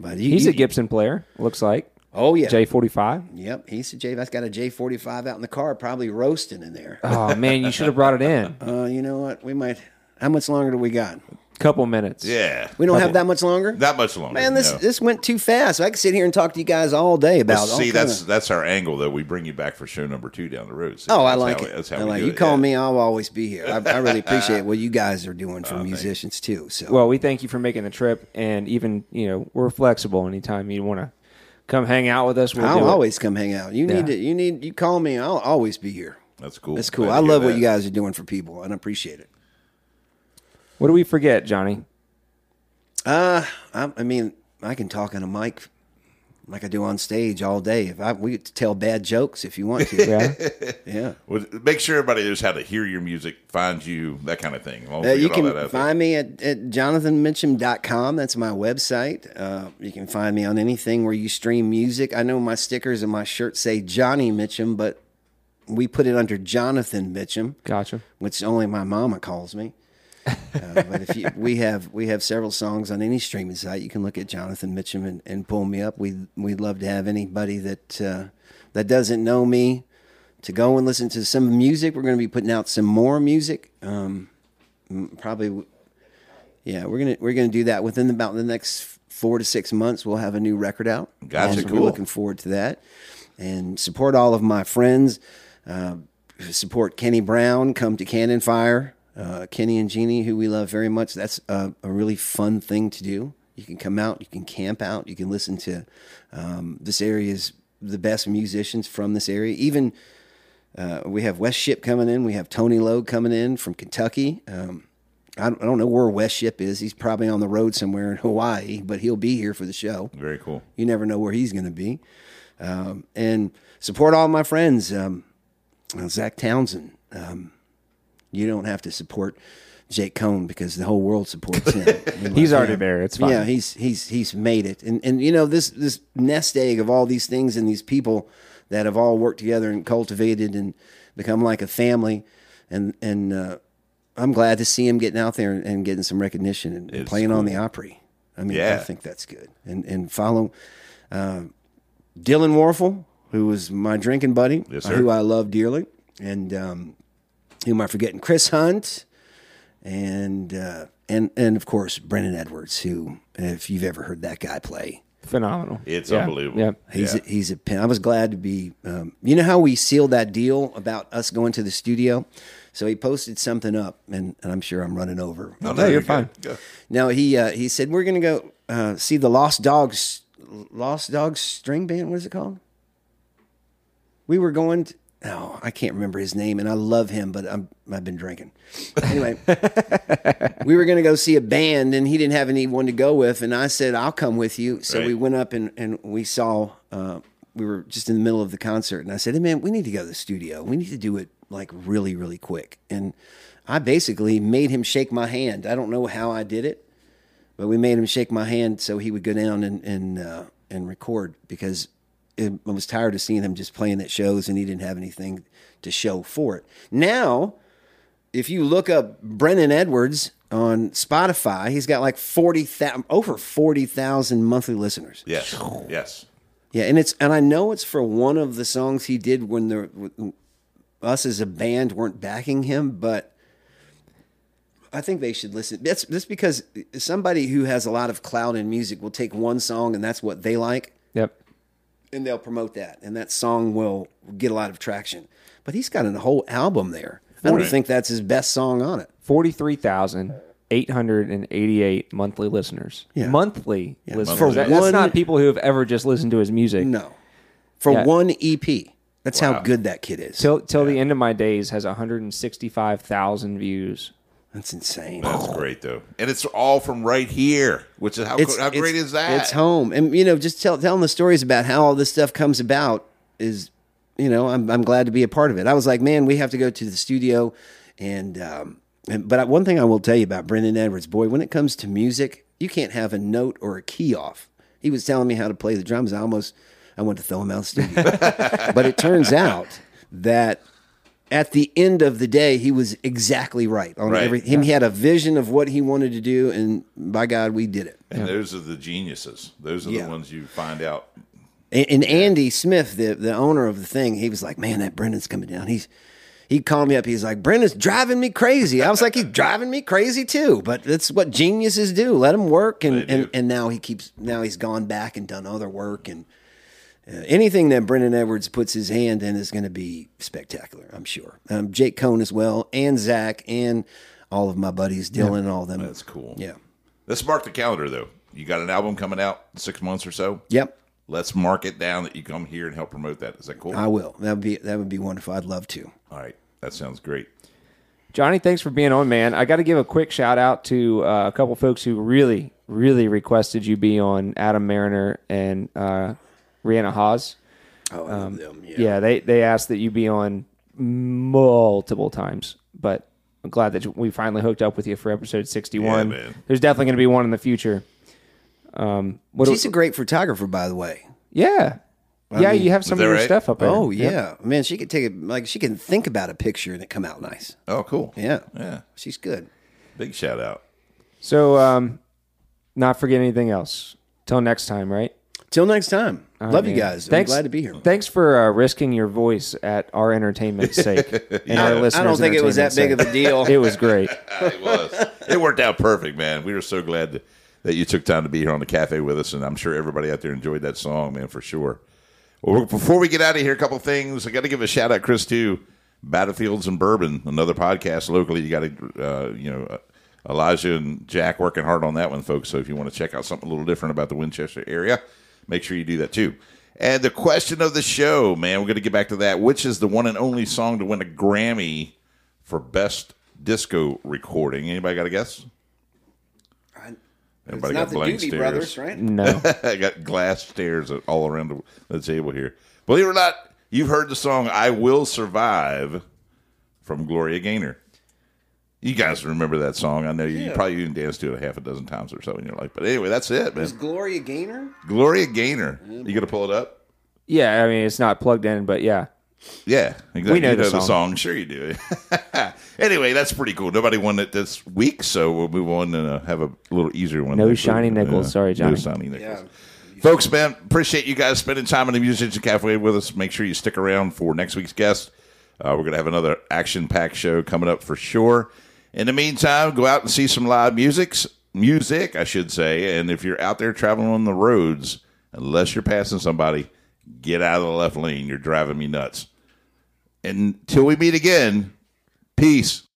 S3: But you,
S2: He's
S3: you-
S2: a Gibson player. Looks like
S3: Oh yeah.
S2: J forty five.
S3: Yep, he's a J. That's got a J forty five out in the car, probably roasting in there.
S2: Oh man, you should have brought it in.
S3: Uh, you know what? We might. How much longer do we got?
S2: Couple minutes.
S1: Yeah,
S3: We don't have that much longer.
S1: that much longer.
S3: Man, this
S1: no.
S3: this went too fast. I could sit here and talk to you guys all day
S1: Well,
S3: about. all
S1: see,
S3: kinda-
S1: that's that's our angle though. We bring you back for show number two down the road. See,
S3: Oh, I
S1: that's
S3: like
S1: how-
S3: it.
S1: That's how
S3: I
S1: we
S3: like
S1: do
S3: you
S1: it,
S3: call
S1: yeah.
S3: me, I'll always be here. I, I really appreciate what you guys are doing
S1: Oh,
S3: for musicians too. So
S2: Well, we thank you for making the trip, and even you know we're flexible. Anytime you want to come hang out with us, we'll do
S3: I'll
S2: it.
S3: always come hang out. You
S2: Yeah.
S3: need to. You need. You call me. I'll always be here.
S1: That's cool.
S3: That's cool.
S1: Glad
S3: I
S1: to hear
S3: love what
S1: that.
S3: you guys are doing for people, and I appreciate it.
S2: What do we forget, Johnny?
S3: Uh, I, I mean, I can talk on a mic like I do on stage all day. If I we could tell bad jokes if you want to.
S2: Yeah.
S3: yeah.
S1: Well, Make sure everybody knows how to hear your music, find you, that kind of thing. I'll
S3: Uh, you
S1: get all that
S3: can
S1: out there.
S3: find me at, at jonathanmitchum.com. That's my website. Uh, you can find me on anything where you stream music. I know my stickers and my shirts say Johnny Mitchum, but We put it under Jonathan Mitchum,
S2: Gotcha.
S3: which only my mama calls me. Uh, but if you, we have we have several songs on any streaming site, you can look at Jonathan Mitchum and, and pull me up. We we'd love to have anybody that uh, that doesn't know me to go and listen to some music. We're going to be putting out some more music. Um, m- probably, yeah, we're gonna we're gonna do that within about the next four to six months. We'll have a new record out.
S1: Gotcha,
S3: So we're
S1: cool.
S3: looking forward to that, and support all of my friends. Uh, support Kenny Brown. Come to Cannon Fire. Uh, Kenny and Jeannie, who we love very much. That's a, a really fun thing to do. You can come out. You can camp out. You can listen to um, this area's the best musicians from this area. Even Uh, we have West Ship coming in. We have Tony Lowe coming in from Kentucky. Um, I, don't, I don't know where West Ship is. He's probably on the road somewhere in Hawaii, but he'll be here for the show.
S1: Very cool.
S3: You never know where he's going to be. Um, and support all my friends. Um, uh, Zach Townsend. Um, you don't have to support Jake Cohn because the whole world supports him.
S2: He's already there. It's fine.
S3: Yeah, he's he's he's made it, and and you know this this nest egg of all these things and these people that have all worked together and cultivated and become like a family, and and uh, I'm glad to see him getting out there and, and getting some recognition and, and
S1: It's
S3: playing on the Opry. I mean, I
S1: Yeah.
S3: think that's good, and and follow uh, Dylan Warfel, who was my drinking buddy, uh,
S1: Yes, sir.
S3: who I love dearly, and um, who am I forgetting? Chris Hunt and uh, and and of course Brendan Edwards, who if you've ever heard that guy play,
S2: Phenomenal.
S1: It's
S2: Yeah.
S1: unbelievable.
S2: Yeah.
S3: he's a, he's a pin. I was glad to be. Um, you know how we sealed that deal about us going to the studio, so he posted something up, and, and I'm sure I'm running over.
S1: No,
S2: No, you're
S1: good.
S2: fine.
S1: Good.
S3: No, he uh, he said we're gonna go uh, see the Lost Dogs Lost Dogs String Band. What is it called? We were going. To, oh, I can't remember his name, and I love him, but I'm, I've been drinking. Anyway, we were gonna go see a band, and he didn't have anyone to go with, and I said I'll come with you. So we
S1: Right.
S3: went up and and we saw. Uh, we were just in the middle of the concert, and I said, "Hey, man, we need to go to the studio. We need to do it like really, really quick." And I basically made him shake my hand. I don't know how I did it but we made him shake my hand so he would go down and and uh, and record because it, I was tired of seeing him just playing at shows and he didn't have anything to show for it. Now, if you look up Brennan Edwards on Spotify, he's got like forty thousand over forty thousand monthly listeners.
S1: Yes. Yes.
S3: Yeah, and it's and I know it's for one of the songs he did when the when us as a band weren't backing him, but I think they should listen. That's that's because somebody who has a lot of clout in music will take one song and that's what they like,
S2: Yep.
S3: and they'll promote that, and that song will get a lot of traction. But he's got a whole album there. I don't
S1: Right.
S3: think that's his best song on it.
S2: 43,888 monthly listeners.
S3: Yeah.
S2: Monthly listeners.
S1: For
S2: That- that's
S3: one-
S2: not people who have ever just listened to his music.
S3: No, for
S2: Yeah.
S3: one EP. That's how good that kid is.
S2: Till, till the end of my days has 165,000 views.
S3: That's insane.
S1: That's great though, and it's all from right here, which is how co- how great is that?
S3: It's home, and you know, just tell, telling the stories about how all this stuff comes about is, you know, I'm I'm glad to be a part of it. I was like, man, we have to go to the studio, and um, and, but I, one thing I will tell you about Brendan Edwards, boy, when it comes to music, you can't have a note or a key off. He was telling me how to play the drums. I almost I wanted to throw him out of the studio, but it turns out that. At the end of the day, he was exactly right on
S1: Right.
S3: everything. He had a vision of what he wanted to do, and by God, we did it.
S1: and those are the geniuses. Those are
S3: Yeah.
S1: the ones you find out.
S3: And, and Andy Smith, the, the owner of the thing, he was like, "Man, that Brendan's coming down." He's he called me up. He's like, "Brendan's driving me crazy." I was like, "He's driving me crazy too." But that's what geniuses do. Let him work, and
S1: They do.
S3: and, and now he keeps now he's gone back and done other work and. uh, Anything that Brendan Edwards puts his hand in is going to be spectacular, I'm sure. Um, Jake Cohn as well, and Zach, and all of my buddies, Dylan, and all them.
S1: That's cool.
S3: Yeah.
S1: Let's mark the calendar though. You got an album coming out in six months or so.
S3: Yep.
S1: Let's mark it down that you come here and help promote that. Is that cool?
S3: I will. That would be that would be wonderful. I'd love to.
S1: All right. That sounds great.
S2: Johnny, thanks for being on, man. I got to give a quick shout out to uh, a couple folks who really, really requested you be on Adam Mariner and uh, Rihanna Haas.
S3: Oh, I love them.
S2: Yeah, they, they asked that you be on multiple times, but I'm glad that we finally hooked up with you for episode 61.
S1: Yeah, man.
S2: There's definitely going to be one in the future. Um, what do-
S3: She's a great photographer, by the way.
S2: yeah.
S3: I
S2: yeah,
S3: mean-
S2: you have some
S1: that
S2: of your
S1: right?
S2: stuff up there.
S3: Oh
S2: Yep.
S3: yeah, man. She could take it like she can think about a picture and it come out nice.
S1: Oh, cool.
S3: Yeah,
S1: Yeah.
S3: she's good.
S1: Big shout out.
S2: So, um, not forget anything else. Till next time, right?
S3: Till next time. Love you
S2: man.
S3: guys.
S2: Thanks.
S3: I'm glad to be here.
S2: Thanks for uh, risking your voice at our entertainment's sake and our listeners.
S3: I don't think it was that big of a deal.
S2: It was great.
S1: it was. It worked out perfect, man. We were so glad that, that you took time to be here on the cafe with us, and I'm sure everybody out there enjoyed that song, man, for sure. Well, before we get out of here, a couple things. I got to give a shout out, Chris, to Battlefields and Bourbon, another podcast locally. You got to, uh, you know, Elijah and Jack working hard on that one, folks. So if you want to check out something a little different about the Winchester area, make sure you do that too. And the question of the show, man, we're going to get back to that. Which is the one and only song to win a Grammy for best disco recording. Anybody got a guess?
S3: It's
S1: Everybody
S3: not the
S1: blank
S3: Doobie Brothers, right?
S2: No.
S1: I got glass stairs all around the, the table here. Believe it or not, you've heard the song "I Will Survive" from Gloria Gaynor. You guys remember that song? I know you, you probably even danced to it a half a dozen times or so in your life. But anyway, that's it, man.
S3: Is Gloria Gaynor?
S1: Gloria Gaynor. You gonna pull it up?
S2: Yeah, I mean, it's not plugged in, but yeah.
S1: Yeah, exactly.
S2: We know
S1: you
S2: the
S1: know the
S2: song.
S1: song. Sure, you do. anyway, that's pretty cool. Nobody won it this week, so we'll move on and uh, have a little easier one.
S2: No
S1: next week.
S2: shiny nickels. Sorry, Johnny.
S1: No shiny nickels. Folks, man, appreciate you guys spending time in the Musician Cafe with us. Make sure you stick around for next week's guest. Uh, we're going to have another action-packed show coming up for sure. In the meantime, go out and see some live musics, music, I should say. And if you're out there traveling on the roads, unless you're passing somebody, get out of the left lane. You're driving me nuts. Until we meet again, peace.